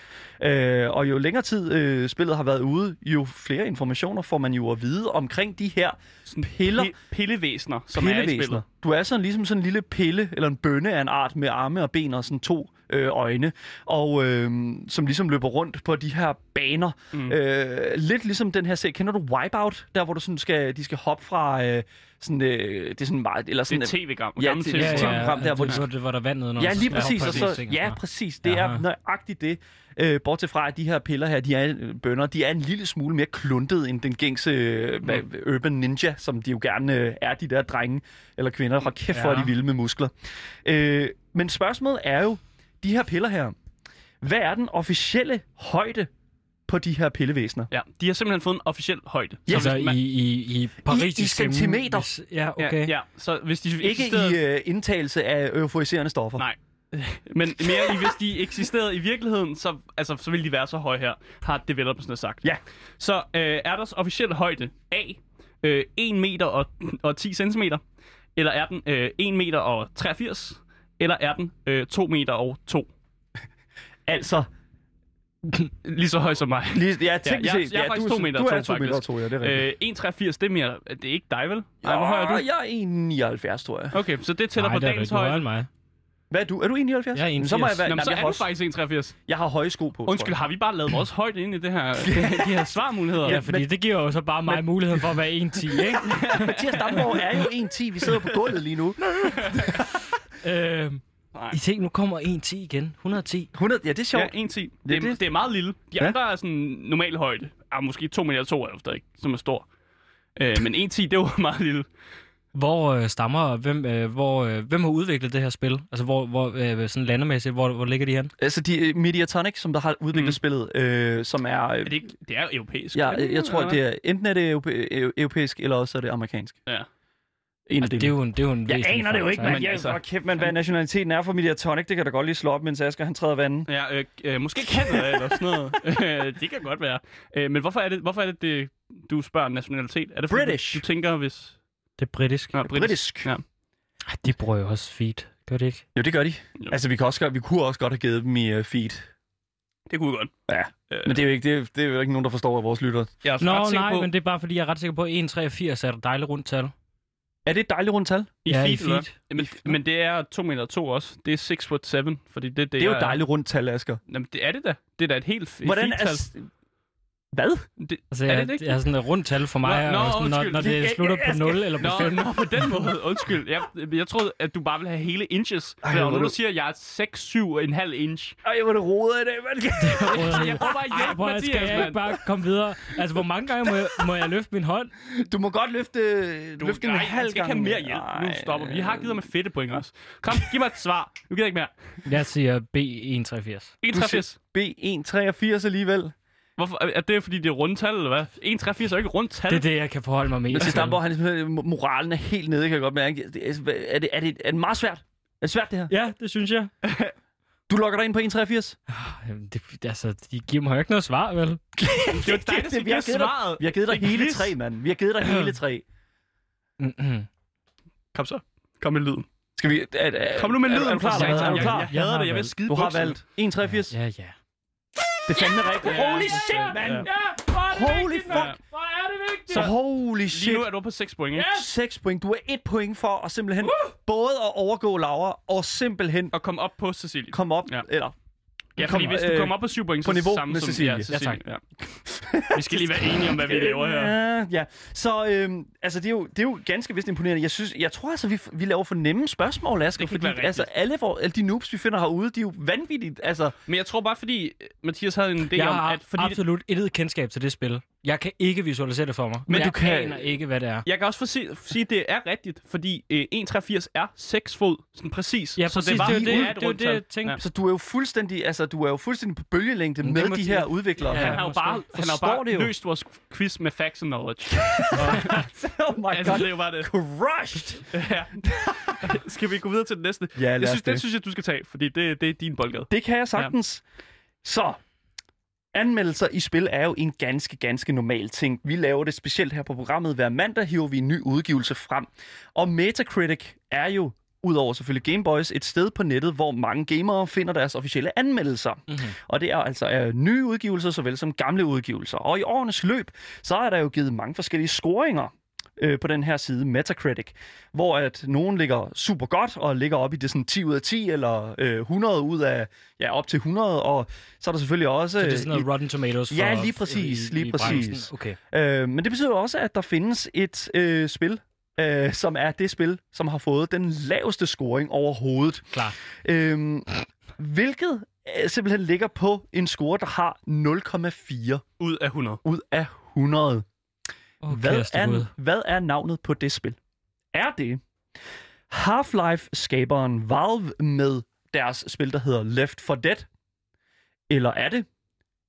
B: Øh, og jo længere tid øh, spillet har været ude, jo flere informationer får man jo at vide omkring de her
A: Sådan
B: Piller.
A: pi- Pillevæsener, som er i
B: pillevæsener.
A: spillet.
B: Du er sådan ligesom sådan en lille pille, eller en bønne af en art med arme og ben og sådan to øh, øjne, og øh, som ligesom løber rundt på de her baner. Mm.
A: Mm.
B: Øh, lidt ligesom den her serie. Kender du Wipeout? Der hvor du sådan skal, de skal hoppe fra øh, sådan, øh, det er sådan meget, eller
A: Det
B: sådan,
A: er et tv-program.
B: Ja,
A: gammel
B: det-
A: tv-program.
B: ja, ja. program der, hvor de-
C: det, det var der vandet under.
B: Ja,
C: og så
B: lige
C: skal jeg
B: præcis.
C: hoppe
B: Og
C: på de
B: så,
C: ting og
B: ja,
C: sådan
B: præcis. Det er
C: Aha.
B: nøjagtigt det. Øh, bortset fra, at de her piller her, de er øh, bønder, de er en lille smule mere kluntet end den gængse øh, hvad-
A: Mm.
B: urban ninja, som de jo gerne øh, er, de der drenge eller kvinder. Hold kæft, hvor er de
C: Ja.
B: vilde med muskler. Øh, men spørgsmålet er jo, de her piller her, hvad er den officielle højde på de her pillevæsener?
A: Ja, de har simpelthen fået en officiel højde.
C: noget. Altså
A: hvis man-
C: i, i, i Paris.
B: I- i centimeter.
C: hvis- Ja,
A: Ja,
C: okay.
A: ja, så hvis de
B: Ikke
A: eksisterede...
B: i øh, indtagelse af euforiserende stoffer.
A: Nej.
B: øh,
A: Men mere i, hvis de eksisterede i virkeligheden, så, altså, så ville de være så høje her, har developersne sagt.
B: Ja.
A: Så øh, er deres officielle højde A, øh, 1 meter og, og 10 cm, eller er den øh, 1 meter og 83, eller er den øh, 2 meter og 2?
B: Altså,
A: Lige så høj som mig.
B: lige, ja, teknisk
A: jeg- jeg er
B: set, ja,
A: faktisk
B: du,
A: to meter
B: du er
A: to,
B: to meter
A: faktisk.
B: to, ja, det er rigtigt.
A: Øh, 1,83, det er mere... Det er ikke dig, vel? Nej,
B: Ej,
A: hvor høj er du?
B: Jeg er 1,79, tror jeg.
A: Okay, så det tæller
C: Nej,
A: på
C: det er du
A: dagens
C: ikke højere
A: højde.
C: end mig.
B: Hvad er du? Er du 71?
C: Jeg er
B: Jamen, Så må jeg
C: 81.
B: være...
A: Jamen,
B: Nej,
A: så
B: jeg,
A: er
B: har
A: du
B: også,
A: faktisk 183.
B: jeg har høje sko på. tror
A: Undskyld,
B: jeg.
A: har vi bare lavet vores højde ind i det her, (laughs) det, her- de her svarmuligheder?
C: Ja, fordi det giver jo så bare mig men... muligheden for at være 1,10, ikke?
B: Mathias (laughs) Damgaard er jo 1,10. Vi sidder på gulvet lige nu.
C: øhm,
A: Nej.
C: I tænk, nu kommer 1,10 igen. 110.
B: 100, ja, det er sjovt.
A: Ja,
B: Ja,
A: 110.
B: Det er
A: Det, det,
B: det.
A: det er meget lille. De
B: Ja.
A: andre er sådan normal højde. Ah, måske 2 meter 2 er jo stadig, som er stor. Øh, men 110, det var (laughs) meget lille.
C: Hvor øh, stammer, hvem, øh, hvor, øh, hvem har udviklet det her spil? Altså, hvor, hvor øh, sådan landemæssigt, hvor, hvor ligger de hen?
B: altså, de, øh, Mediatonic, som der har udviklet
A: Mm.
B: mm. spillet, øh, som er... Øh,
A: Er det, ikke, det er jo europæisk.
B: ja,
A: er det,
B: øh, jeg tror,
A: eller
B: det er, enten er det europæ- eu- europæisk, eller også er det amerikansk.
A: hvad? Ja.
B: En af
C: Altså, det, er jo en, det er jo en
B: Jeg
C: væsentlig
B: aner det jo
C: faktor,
B: ikke, mand.
A: Men
B: Jeg
A: altså-
B: altså, kæft, man, hvad nationaliteten er for Mediatonic, det kan da godt lige slå op, mens Asger han træder vandet.
A: Ja, øh, øh, måske Canada eller sådan noget. (laughs) Øh, det kan godt være. Øh, men hvorfor er det, hvorfor er det, det, du spørger nationalitet? Er det fordi,
B: British.
A: Du, du tænker, hvis...
C: Det er britisk.
A: Nå,
B: Britisk.
A: Ja.
C: Ej, de bruger jo også feed. Gør det ikke?
B: Jo, det gør de.
A: Jo.
B: Altså, vi, kan også, gøre- vi kunne også godt have givet dem i uh, feed.
A: Det kunne vi godt.
B: Ja,
A: Øh,
B: men det er jo ikke, det er, det er jo ikke nogen, der forstår af vores lytter.
A: jeg er også ret
C: Nå,
A: sikker
C: nej,
A: på,
C: men det er bare fordi, jeg er ret sikker på, at 1,83 er et dejligt rundt tal.
B: Er det et dejligt rundt tal?
A: I
C: ja,
A: feet,
C: i
A: eller hvad?
C: feet.
A: Men, men det er 2 meter 2 også. Det er 6 foot 7, fordi det, det,
B: Det er jo
A: er
B: et dejligt rundt tal, Asger.
A: Jamen, det er det da. Det er da et helt f-
B: Hvordan
A: fint tal.
B: er... Hvad?
A: Det,
C: Altså,
A: er
C: jeg,
A: det det ikke?
C: jeg er sådan et rundt tal for mig,
A: Nå,
C: nå,
A: nå,
C: og sådan, når,
A: undskyld.
C: når
A: Det-
C: det slutter på 0 eller på
A: (laughs) Nå,
C: 5.
A: nå, på den måde. Undskyld. Jeg, jeg troede, at du bare ville have hele inches. Ej,
B: Ej,
A: for der var
B: hvor
A: nogen,
B: du-
A: der siger, at jeg er 6, 7 en halv inch.
B: Ej, hvor det roder i dag, mand.
A: Så jeg prøver bare at hjælpe
C: Prøv at skal
A: Mathias,
C: jeg ikke
A: mand.
C: bare komme videre? Altså, hvor mange gange må jeg, må jeg løfte min hånd?
B: Du må godt løfte, du, løfte en
A: nej,
B: halv
A: jeg skal ikke
B: gang
A: have mere
B: mere.
A: hjælp. Nu
B: Ej.
A: stopper vi. Jeg har givet mig fedte point også. Kom, giv mig et svar. Nu gider jeg ikke mere.
C: Jeg siger B183.
A: 1,83.
B: B183 alligevel.
A: Hvorfor? Er det fordi, det er rundtal, eller hvad? 1,83 er jo ikke rundtal.
C: Det er det, jeg kan forholde mig
B: Men
C: mest
B: til
C: til.
B: Stamborg, han, er simpelthen- moralen er helt nede, kan jeg godt mærke. Det Er, er, det, er, det, er det meget svært? Er det svært, det her?
C: Ja, det synes jeg.
B: Du logger dig ind på 183.
C: Jamen, Det, altså, de giver mig jo ikke noget svar, vel?
A: det, det, det, det, det,
B: vi, har
A: det,
B: givet dig,
A: svaret.
B: vi har givet dig
A: Det er en
B: hele
A: quiz.
B: tre, mand. Vi har givet dig hele tre.
C: Mm-hmm.
A: Kom så. Kom med lyden.
B: Skal vi... Er, er,
A: Kom nu med
B: er-
A: lyden.
B: Er du klar?
A: for satan.
C: Jeg-
B: Er du klar?
A: Jeg, jeg hader det. Jeg vil skide
B: Du har
A: bukserne.
B: valgt 183.
C: Ja, ja.
B: Det er fandme rigtigt. Holy shit, mand! Holy fuck!
C: Hvor er det vigtigt?
B: Så holy
A: Lige
B: shit.
A: nu er du på 6 point, ikke?
B: 6 point. Du er et point for at simpelthen både at overgå Laura og simpelthen
A: Uh! Og kom op på Cecilie.
B: komme op,
A: Ja.
B: eller
A: Ja,
B: Kom,
A: fordi hvis du
B: øh,
A: kommer op på 7 point,
B: på
A: så er det
B: niveau
A: samme
B: med
A: som
B: Cecilie.
A: Ja, Cecilie.
C: Ja, tak.
A: Ja. Vi skal lige være enige om, hvad vi laver her.
B: Ja, ja. Så øhm, altså, det, er jo, det er jo ganske vist imponerende. Jeg, synes, jeg tror altså, vi, vi laver for nemme spørgsmål, Asger,
A: Det kan
B: fordi
A: ikke være
B: altså, alle, vor, alle de noobs, vi finder herude, de er jo vanvittigt. Altså,
A: Men jeg tror bare, fordi øh, Mathias havde en idé
C: Jeg
A: om,
C: har
A: at... Fordi
C: absolut intet kendskab til det spil. Jeg kan ikke visualisere det for mig. Men jeg
B: du kan-
C: aner ikke, hvad det er.
A: Jeg kan også for sige, sige, at det er rigtigt, fordi øh, 1,83 er 6 fod, sådan præcis.
C: Ja, præcis.
A: så det, var,
C: det, er jo
A: lige
C: det,
A: er et
C: det, det,
A: rundt
C: det, det,
A: tal.
C: jeg tænkte.
A: Ja.
B: så du er jo fuldstændig, altså, du er jo fuldstændig på bølgelængde
C: Men det
B: med
C: må
B: de
C: sige-
B: her udviklere.
C: Ja.
A: Han har jo
C: måske.
A: bare, han har jo
B: Forstår det
A: bare
B: jo.
A: løst vores quiz med facts and knowledge.
B: (laughs) oh my
A: altså, det
B: god.
A: er jo bare det.
B: Crushed!
A: (laughs) Ja. (laughs) skal vi gå videre til den næste?
B: Ja, lad
A: jeg
B: os
A: synes, den
B: det.
A: synes jeg, du skal tage, fordi det, det er din boldgade.
B: Det kan jeg sagtens. Ja. Så, anmeldelser i spil er jo en ganske, ganske normal ting. Vi laver det specielt her på programmet. Hver mandag hiver vi en ny udgivelse frem. Og Metacritic er jo, udover selvfølgelig Gameboys, et sted på nettet, hvor mange gamere finder deres officielle anmeldelser.
C: Mhm.
B: Mm-hmm. Og det er altså øh, nye udgivelser, såvel som gamle udgivelser. Og i årenes løb, så er der jo givet mange forskellige scoringer øh, på den her side, Metacritic, hvor at nogen ligger super godt og ligger op i det sådan 10 ud af 10, eller øh, 100 ud af, ja, op til 100, og så er der selvfølgelig også...
C: Så det er
B: øh,
C: sådan noget Rotten Tomatoes for,
B: Ja, lige præcis,
C: i, i
B: lige
C: branchen.
B: præcis.
C: Okay.
B: Øh, men det betyder også, at der findes et øh, spil, øh, som er det spil, som har fået den laveste scoring overhovedet.
C: Klar.
B: Øh, hvilket øh, simpelthen ligger på en score, der har 0,4
A: Ud af 100.
B: ud af 100.
C: Okay,
B: Hvad er, hvad er navnet på det spil? Er det Half-Life-skaberen Valve med deres spil, der hedder Left 4 Dead? Eller er det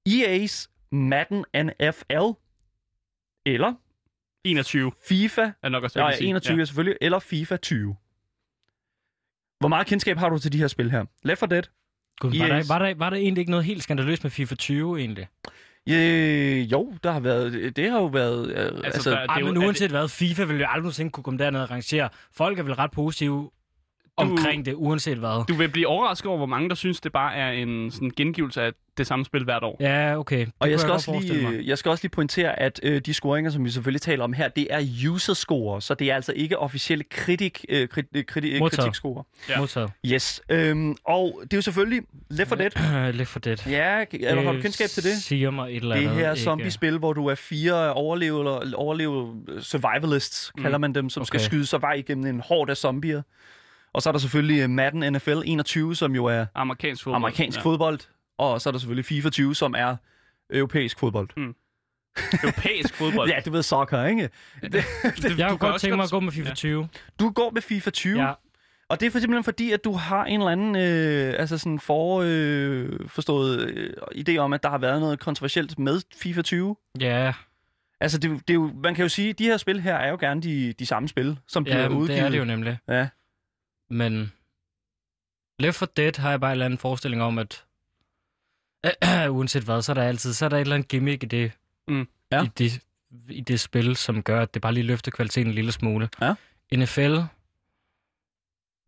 B: EA's Madden NFL? Eller
A: 21
B: FIFA
A: er nok også, hvad
B: Nej,
A: jeg vil sige.
B: 21 ja. selvfølgelig, eller FIFA 20. Hvor meget kendskab har du til de her spil her? Left 4 Dead?
C: Gud, var,
B: Yes.
C: der, var, der, var der egentlig ikke noget helt skandaløst med FIFA 20 egentlig?
B: Øh, jo, der har været, det har jo været... Øh, altså,
A: der-
B: altså,
A: er
C: Ej,
A: jo-
C: men
A: er det-
C: uanset hvad, FIFA ville jo aldrig nogensinde kunne komme derned og rangere. Folk er vel ret positive omkring det, uanset hvad.
A: Du vil blive overrasket over, hvor mange der synes, det bare er en sådan gengivelse af det samme spil hvert år.
C: Ja, okay. Det
B: Og jeg
C: kunne
B: skal,
C: godt
B: også
C: forestille mig.
B: lige, jeg skal også lige pointere, at øh, de scoringer, som vi selvfølgelig taler om her, det er user-score, så det er altså ikke officielle kritik, øh, krit, øh, kriti, øh,
C: Modtaget.
B: kritikscore.
A: Ja.
C: Modtaget. (clears throat)
B: Yes, øhm, og det er jo selvfølgelig Left 4 Dead.
C: Lidt for det.
B: Ja, eller
C: Øh,
B: har du kendskab til det?
C: siger mig et eller andet.
B: Det her
C: ikke?
B: zombiespil, hvor du er fire overlever, overlever survivalists, kalder man dem, som okay. skal
C: Okay.
B: skyde sig vej igennem en hård af zombier. Og så er der selvfølgelig øh, Madden NFL 21, som jo er
A: Amerikansk fodbold.
B: amerikansk fodbold. Og så er der selvfølgelig FIFA 20, som er europæisk fodbold.
A: Europæisk fodbold.
C: (laughs)
B: Ja, du ved soccer, ikke?
A: det,
C: Jeg kunne
A: kan
C: godt
A: også
C: tænke mig at gå med FIFA 20.
B: Du går med FIFA 20,
C: Ja.
B: ja. og det er for simpelthen fordi, at du har en eller anden øh, altså sådan forforstået øh, forstået, øh, idé om, at der har været noget kontroversielt med FIFA 20.
C: Ja,
B: Altså, det, er jo- det er jo, man kan jo sige, at de her spil her er jo gerne de, de samme spil, som bliver
C: ja men
B: udgivet.
C: det er det jo nemlig.
B: Ja.
C: Men Left 4 Dead har jeg bare en eller anden forestilling om, at (clears throat) uanset hvad, så er der altid så er der et eller andet gimmick i det,
A: Mm.
B: Ja.
C: i, det i det spil, som gør, at det bare lige løfter kvaliteten en lille smule.
B: Ja.
C: NFL,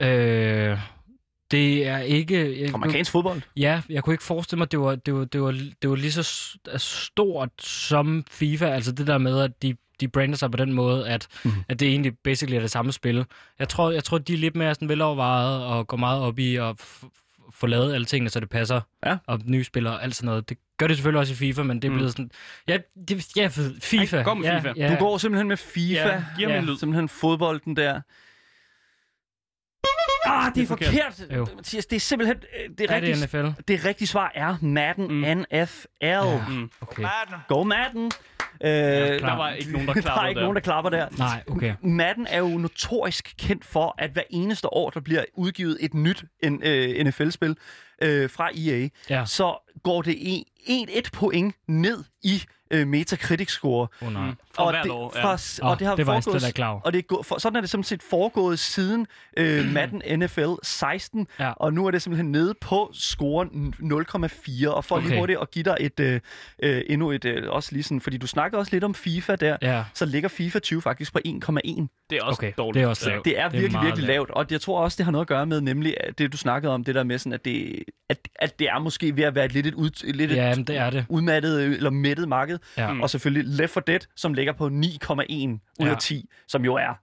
C: øh, det er ikke... Jeg,
B: Amerikansk fodbold.
C: Ja, jeg kunne ikke forestille mig, at det var, det var, det var, det var lige så s- altså, stort som FIFA. Altså det der med, at de, de brander sig på den måde, at,
B: Mhm.
C: mm. at det egentlig basically er det samme spil. Jeg tror, jeg tror de er lidt mere sådan velovervejet og går meget op i at f- f- få lavet alle tingene, så det passer.
B: Ja. Mhm.
C: Og nye spillere og alt sådan noget. Det gør det selvfølgelig også i FIFA, men det er
A: Mm.
C: blevet sådan... Ja, det, ja f- FIFA.
A: Ej, gå med
C: ja,
A: FIFA.
C: Ja,
B: Du går simpelthen med FIFA.
C: Ja,
A: giv mig en lyd.
B: Simpelthen fodbolden der.
A: Det
B: Ah, det, det
A: er
B: er forkert,
C: Jo.
B: forkert. Mathias. Det er simpelthen... øh, Det,
C: Er det
B: rigtige,
C: NFL?
B: det rigtige svar er Madden
A: Mm.
B: NFL.
C: Ja.
A: Mm.
C: Okay.
B: Go Madden! Øh,
A: Der var ikke nogen, der
B: (laughs) der er
A: klarede
B: ikke
A: det.
B: nogen, der klapper der.
C: Nej, okay.
B: Madden er jo notorisk kendt for, at hver eneste år, der bliver udgivet et nyt N- øh, NFL-spil øh, fra EA,
C: Ja.
B: så går det en, en, et point ned i øh, Metacritic-score.
C: Oh, nej.
A: Fra hvert
B: det,
A: år, ja.
B: fra, s-
C: Åh,
B: og det har
C: det var jeg
B: foregået,
C: slet ikke klar over.
B: og det er gå- for, sådan er det sådan set foregået siden
C: (clears throat)
B: øh, Madden NFL 16,
C: Ja.
B: og nu er det simpelthen nede på scoren 0,4, og for okay. lige
C: Okay.
B: hurtigt at give dig et, øh, øh, endnu et, øh, også lige sådan, fordi du snakkede også lidt om FIFA der,
C: Ja.
B: så ligger FIFA 20 faktisk på 1,1.
A: Det er også
C: Okay,
A: dårligt.
C: det er også lavt.
B: Det er
C: Det er
B: virkelig,
C: meget
B: virkelig lavt. Og jeg tror også, det har noget at gøre med, nemlig at det, du snakkede om, det der med, sådan, at, det, at, at det er måske ved at være et lidt, et ud, et lidt
C: Ja,
B: et
C: men det er det.
B: udmattet øh, eller mættet marked.
C: Ja.
B: Og selvfølgelig Left 4 Dead, som ligger på 9,1 ud
C: Ja.
B: af 10, som jo er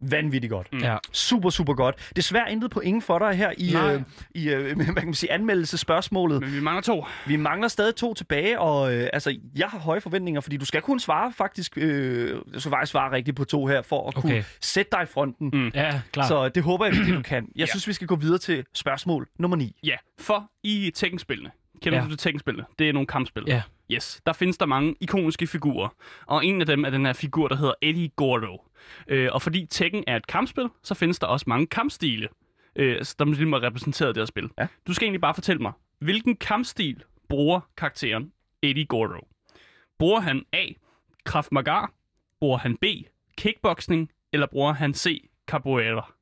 B: vanvittigt godt.
A: Mm.
C: Ja.
B: Super, super godt. Desværre intet på ingen for dig her i,
C: Nej. Mm.
B: øh, i øh, (laughs) hvad kan man sige, anmeldelsespørgsmålet.
A: Men vi mangler to.
B: Vi mangler stadig to tilbage, og øh, altså, jeg har høje forventninger, fordi du skal kunne svare faktisk, øh, du skal faktisk svare rigtigt på to her, for at okay.
C: Okay.
B: kunne sætte dig i fronten.
A: Mm.
C: Ja, klart.
B: Så det håber jeg (clears throat) virkelig, du kan. Jeg
A: Ja.
B: synes, vi skal gå videre til spørgsmål nummer 9.
A: Ja, for i Tekken-spillene. Kender
C: Ja.
A: du til Tekken-spillene? Det er nogle kampspil.
C: Ja.
A: Yes, der findes der mange ikoniske figurer, og en af dem er den her figur, der hedder Eddie Gordo. Øh, og fordi Tekken er et kampspil, så findes der også mange kampstile, øh, som ligesom er repræsenteret i det her spil.
B: Ja.
A: Du skal egentlig bare fortælle mig, hvilken kampstil bruger karakteren Eddie Gordo? Bruger han A. Krav Maga? Bruger han B. Kickboxing? Eller bruger han C. Capoeira?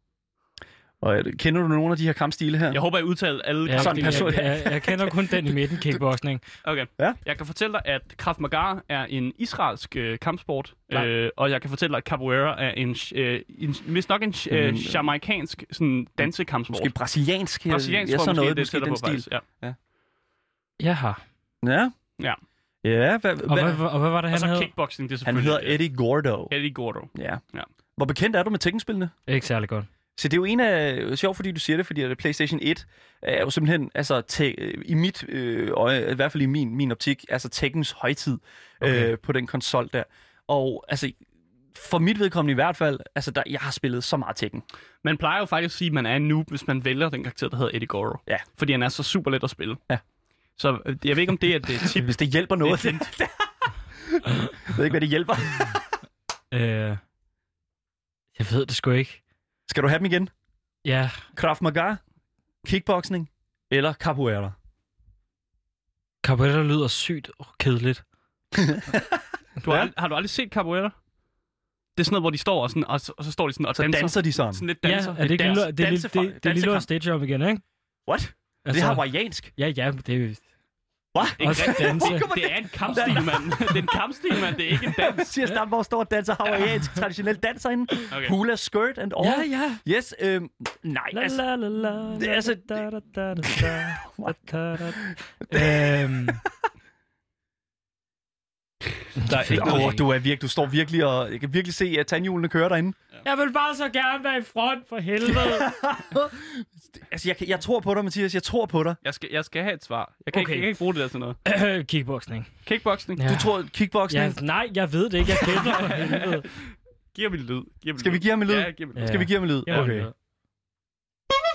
B: Og øh, kender du nogle af de her kampstile her?
A: Jeg håber, jeg udtalte alle
C: Ja,
B: Sådan
C: sådan
B: person-
C: jeg, jeg, jeg kender kun den i midten, kickboxning.
A: Okay.
B: Ja.
A: Jeg kan fortælle dig, at Krav Maga er en israelsk øh, kampsport,
C: Nej.
A: øh, og jeg kan fortælle dig, at capoeira er en, sh- øh, en sh- vist nok en sh- øh,
B: Mm.
A: jamaikansk sådan, dansekampsport.
B: Måske brasiliansk? øh,
A: Brasiliansk
B: ja,
A: tror jeg
B: sådan
A: måske,
B: noget,
A: det er tættere
B: den
A: på,
B: stil.
A: faktisk. Ja.
C: Jeg har.
B: Ja.
A: Ja.
B: Ja, hvad,
C: Og
B: hvad,
C: hvad, og hvad var det,
A: Og
C: han
A: så
C: hed?
A: kickboxing, det er
B: han
A: selvfølgelig.
B: hedder Eddie Gordo.
A: øh, Eddie Gordo.
B: Ja.
A: Ja.
B: Hvor bekendt er du med tekkenspillene?
C: Ikke særlig godt.
B: Så det er jo en af... Sjovt, fordi du siger det, fordi at PlayStation 1 er jo simpelthen, altså te, i mit øh, øje, i hvert fald i min, min optik, altså Tekkens højtid okay.
C: Okay.
B: øh, på den konsol der. Og altså, for mit vedkommende i hvert fald, altså der, jeg har spillet så meget Tekken.
A: Man plejer jo faktisk at sige, at man er en noob, hvis man vælger den karakter, der hedder Eddie Gordo.
B: Ja.
A: Fordi han er så super let at spille.
B: Ja.
A: Så øh, jeg ved ikke, om det er et øh, tip.
B: Hvis det hjælper noget.
A: Det
B: Det, det, jeg ved ikke, hvad det hjælper.
C: Øh, jeg ved det sgu ikke.
B: Skal du have dem igen?
C: Ja,
B: Krav Maga, kickboxing eller capoeira?
C: Capoeira lyder sygt og kedeligt.
B: (laughs)
A: Du har,
B: Ja.
A: ald- har du aldrig set capoeira? Det er sådan noget, hvor de står og, sådan, og, så, og så står de sådan og
B: Så danser,
A: danser.
B: danser de sådan.
A: Sådan lidt
C: Ja,
A: danser.
C: er det ikke
A: Dans-
C: lille, det, er lille-
A: dansefar-
C: det, det er lille
A: dansekamp.
C: stage om igen, ikke?
B: What? Altså, det er hawaiiansk.
C: Ja, ja, men det er jo... (laughs)
B: What?
A: Ikke
C: Også
A: rigtig.
C: danse.
A: Det er en kampstil, mand. Det er en kampstil, mand. Det er ikke en dans.
B: Siger Stamborg står og danser hawaiiansk traditionel danser inden. Okay.
A: Okay.
B: Hula skirt and all.
C: Ja, ja.
B: Yes, øhm, nej,
C: La,
B: altså,
C: la, la, la,
B: det er altså-
C: da, da, da, da, da, da, da, da. Øhm,
A: Der er ikke
B: Åh, du, er virke, du står virkelig og... Jeg kan virkelig se, at tandhjulene kører derinde.
C: (laughs) Jeg vil bare så gerne være i front, for (coughs) helvede.
B: Altså, jeg, kan- jeg tror på dig, Mathias. Jeg tror på dig.
A: Jeg skal, jeg skal have et svar. Jeg kan, okay.
C: Okay.
A: ikke, jeg kan ikke bruge det der til noget.
C: Kickboxning.
A: Kickboxing.
C: Ja.
B: Du tror kickboxing?
C: Ja, nej, jeg ved det ikke. Jeg kender (laughs) for helvede.
A: Giv mig lyd. Giv mig
B: Skal vi
A: lyd.
B: give ham en lyd?
A: Ja, giv mig lyd.
B: Skal vi give ham en lyd?
C: Jeg ved
B: Okay.
C: det.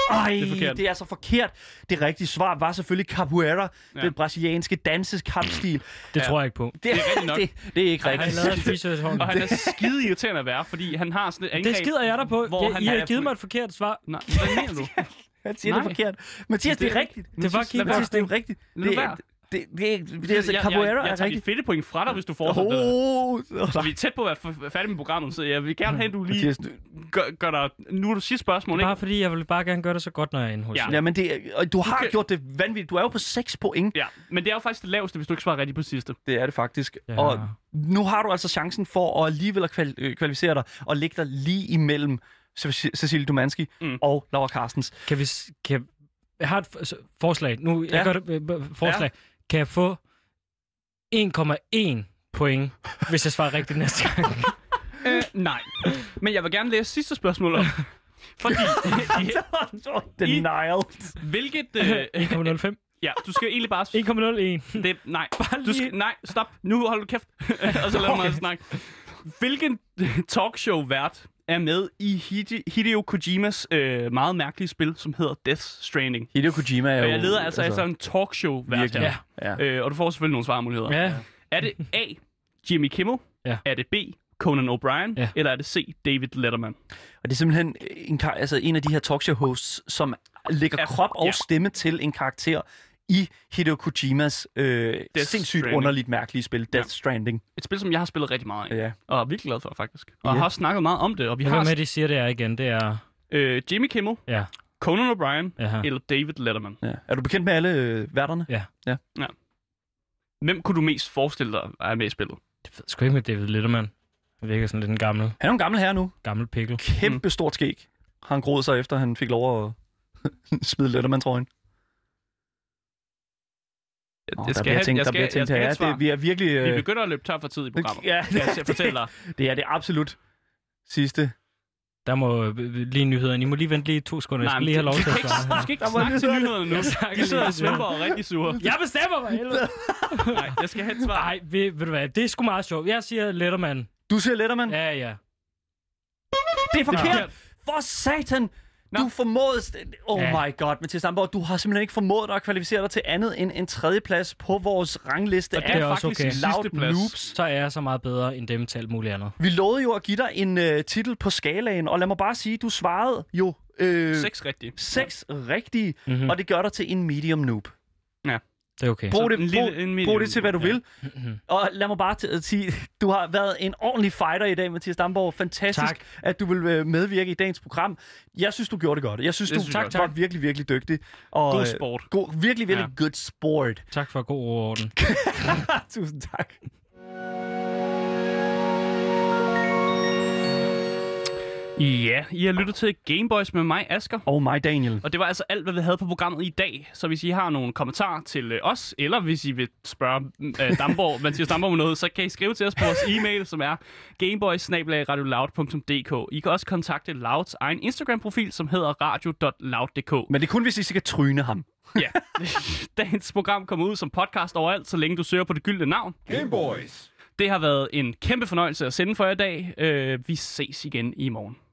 B: Ej,
A: Det er forkert.
B: det er altså forkert. Det rigtige svar var selvfølgelig capoeira, ja.
A: Ja.
B: den brasilianske danseskampstil.
C: Det
A: Ja.
C: tror jeg ikke på.
B: Det,
A: er rigtigt nok.
B: det, det er ikke
C: Han
B: rigtigt.
C: lavede en t-shirt hånd.
A: Og han er skide irriterende at være, fordi han har sådan et angreb.
C: Det skider jeg der på.
A: Hvor
C: Jeg,
A: han
C: I
A: er
C: har givet
A: fuld-
C: mig et forkert svar.
A: Nej, hvad mener du?
B: Han siger (laughs) det altså
A: Nej.
B: forkert. Mathias, det er rigtigt.
C: Det var
A: lad
B: Mathias,
A: være.
B: det er jo rigtigt.
A: Lad
B: Det er,
A: være.
B: det, det, er, det, det er altså,
A: jeg, jeg,
B: capoeira
A: jeg,
B: er
A: tager de
B: rigtigt.
A: fedte point fra dig, hvis du fortsætter det der.
B: Oh,
A: Så vi er tæt på at være f- færdige med programmet, så jeg vil gerne have, at du lige
B: Mathias, du-
A: gør, gør dig... Nu er det sidste spørgsmål, ikke?
C: Bare fordi, jeg vil bare gerne gøre det så godt, når jeg er inde hos
A: Ja.
C: jer.
B: ja, men det, er- og du har
A: Okay.
B: gjort det vanvittigt. Du er jo på 6 point.
A: Ja, men det er jo faktisk det laveste, hvis du ikke svarer rigtigt på det sidste.
B: Det er det faktisk. Ja.
C: Ja.
B: Og nu har du altså chancen for at alligevel at kval- øh, kvalificere dig og ligge dig lige imellem Ce- Cecilie Dumanski mm.
A: Mm.
B: og Laura Carstens.
C: Kan vi... s- Kan, jeg har et f- s- forslag. Nu, jeg
B: Ja.
C: ja. gør det... øh, øh, Forslag. Kan jeg få 1,1 point, hvis jeg svarer rigtigt næste gang?
A: Øh, nej. Men jeg vil gerne læse sidste spørgsmål
B: (laughs)
A: op. Fordi, (laughs)
B: Denial.
A: hvilket...
B: (laughs)
A: Øh,
C: 1,05?
A: ja, du skal egentlig bare...
C: 1,01.
A: Det, nej,
C: Bare
A: du
C: lige-
A: skal, nej, stop. Nu holder du kæft. og så lad mig snakke. Hvilken (laughs) talkshow-vært er med i Hide- Hideo Kojimas øh, meget mærkelige spil, som hedder Death Stranding?
B: Hideo Kojima er
A: Og
B: jo...
A: jeg leder altså efter en talkshow-vært
B: virkelig.
A: her.
C: Ja.
B: Ja.
A: Øh, og du får selvfølgelig nogle svarmuligheder.
C: Ja.
A: Er det A. Jimmy Kimmel?
C: Ja.
A: Er det B. Conan O'Brien?
C: Ja.
A: Eller er det C. David Letterman?
B: Og det er simpelthen en, kar- altså en af de her talkshow-hosts, som lægger
A: Ja,
B: krop og
A: ja.
B: stemme til en karakter i Hideo Kojimas øh,
A: Death
B: sindssygt
A: Stranding.
B: underligt mærkelige spil, Death Stranding.
A: Et spil, som jeg har spillet rigtig meget af.
B: Ja.
A: Og er virkelig glad for, faktisk. Og
B: Ja.
A: har snakket meget om det. Og vi
C: Hvem er
A: har
C: med, de siger det er igen? Det er...
A: øh, Jimmy Kimmel,
C: Ja.
A: Conan O'Brien
C: Aha.
A: eller David Letterman.
B: Ja. Er du bekendt med alle øh, værterne?
A: Hvem kunne du mest forestille dig er med i spillet?
C: Det ved jeg sgu ikke med David Letterman. Han virker sådan lidt en gammel,
B: Han er jo en gammel herre nu.
C: gammel pikkel.
A: Mm.
B: Kæmpe stort skæg. Har Han groede sig efter, han fik lov at (laughs) smide Letterman-trøjen.
A: Jeg,
B: Åh, der bliver tænkt, der bliver tænkt her. Ja, det, vi er virkelig...
A: Vi
B: Øh,
A: begynder at løbe tør for tid i programmet.
B: ja,
A: Lad os- Jeg fortæller dig.
B: (laughs) det er det absolut sidste.
C: Der må øh, lige nyhederne. I må lige vente lige to sekunder. Jeg
A: Nej,
C: skal
A: men
C: lige have lov
A: du,
C: til
A: skal (laughs)
C: at
A: ikke,
C: svare.
A: du skal ikke
B: Der var
A: snakke til
B: nyhederne.
A: nyhederne nu.
C: Jeg snakker
A: De sidder
C: lige
A: og
C: til
A: svimper og er rigtig sure.
C: Jeg bestemmer mig, helvede.
A: Nej, jeg skal have et svar.
C: Nej, ved, ved du hvad, det er sgu meget sjovt. Jeg siger Letterman.
B: Du siger Letterman. Ja.
C: Ja, ja.
B: Det er forkert. For satan!
A: Nå.
B: Du formåede... st- Oh
C: Ja.
B: my god, Mathias Damborg, du har simpelthen ikke formået at kvalificere dig til andet end en tredjeplads på vores rangliste
A: Og det
B: af
C: er
A: er
C: også
A: faktisk
C: okay.
A: okay. sidste
B: loud
A: plads.
B: noobs.
C: Så er jeg så meget bedre end dem til alt muligt andet.
B: Vi lovede jo at give dig en øh, titel på skalaen, og lad mig bare sige, du svarede jo øh,
A: Seks rigtige.
B: seks rigtige,
C: Mhm.
B: mm-hmm. og det gør dig til en medium noob.
C: Det er okay.
B: Brug
A: Så
B: det,
A: en lille-
B: brug,
A: en medium
B: brug det til, hvad du
A: noob, (clears throat)
B: vil. Og lad mig bare til at sige, du har været en ordentlig fighter i dag, Mathias Damborg. Fantastisk,
C: Tak.
B: at du vil øh, medvirke i dagens program. Jeg synes, du gjorde det godt. Jeg synes,
A: Det
B: du
A: synes jeg
B: tak,
A: også.
B: var virkelig, virkelig dygtig. Og,
A: God
B: øh,
A: sport.
B: God, virkelig, virkelig ja. good
A: (laughs)
B: sport.
C: Tak for god orden.
B: Tusind tak.
A: Ja, I har lyttet til Gameboys med mig, Asker.
B: Og mig, Daniel.
A: Og det var altså alt, hvad vi havde på programmet i dag. Så hvis I har nogle kommentarer til øh, os, eller hvis I vil spørge øh, Damborg, (laughs) Mathias Damborg om noget, så kan I skrive til os på vores e-mail, som er gameboys I kan også kontakte Louds egen Instagram-profil, som hedder radio.loud.dk.
B: Men det er kun, hvis I skal tryne ham.
A: Ja. (laughs) Dagens program kommer ud som podcast overalt, så længe du søger på det gyldne navn.
E: Game Boys.
A: Det har været en kæmpe fornøjelse at sende for jer i dag. Øh, vi ses igen i morgen.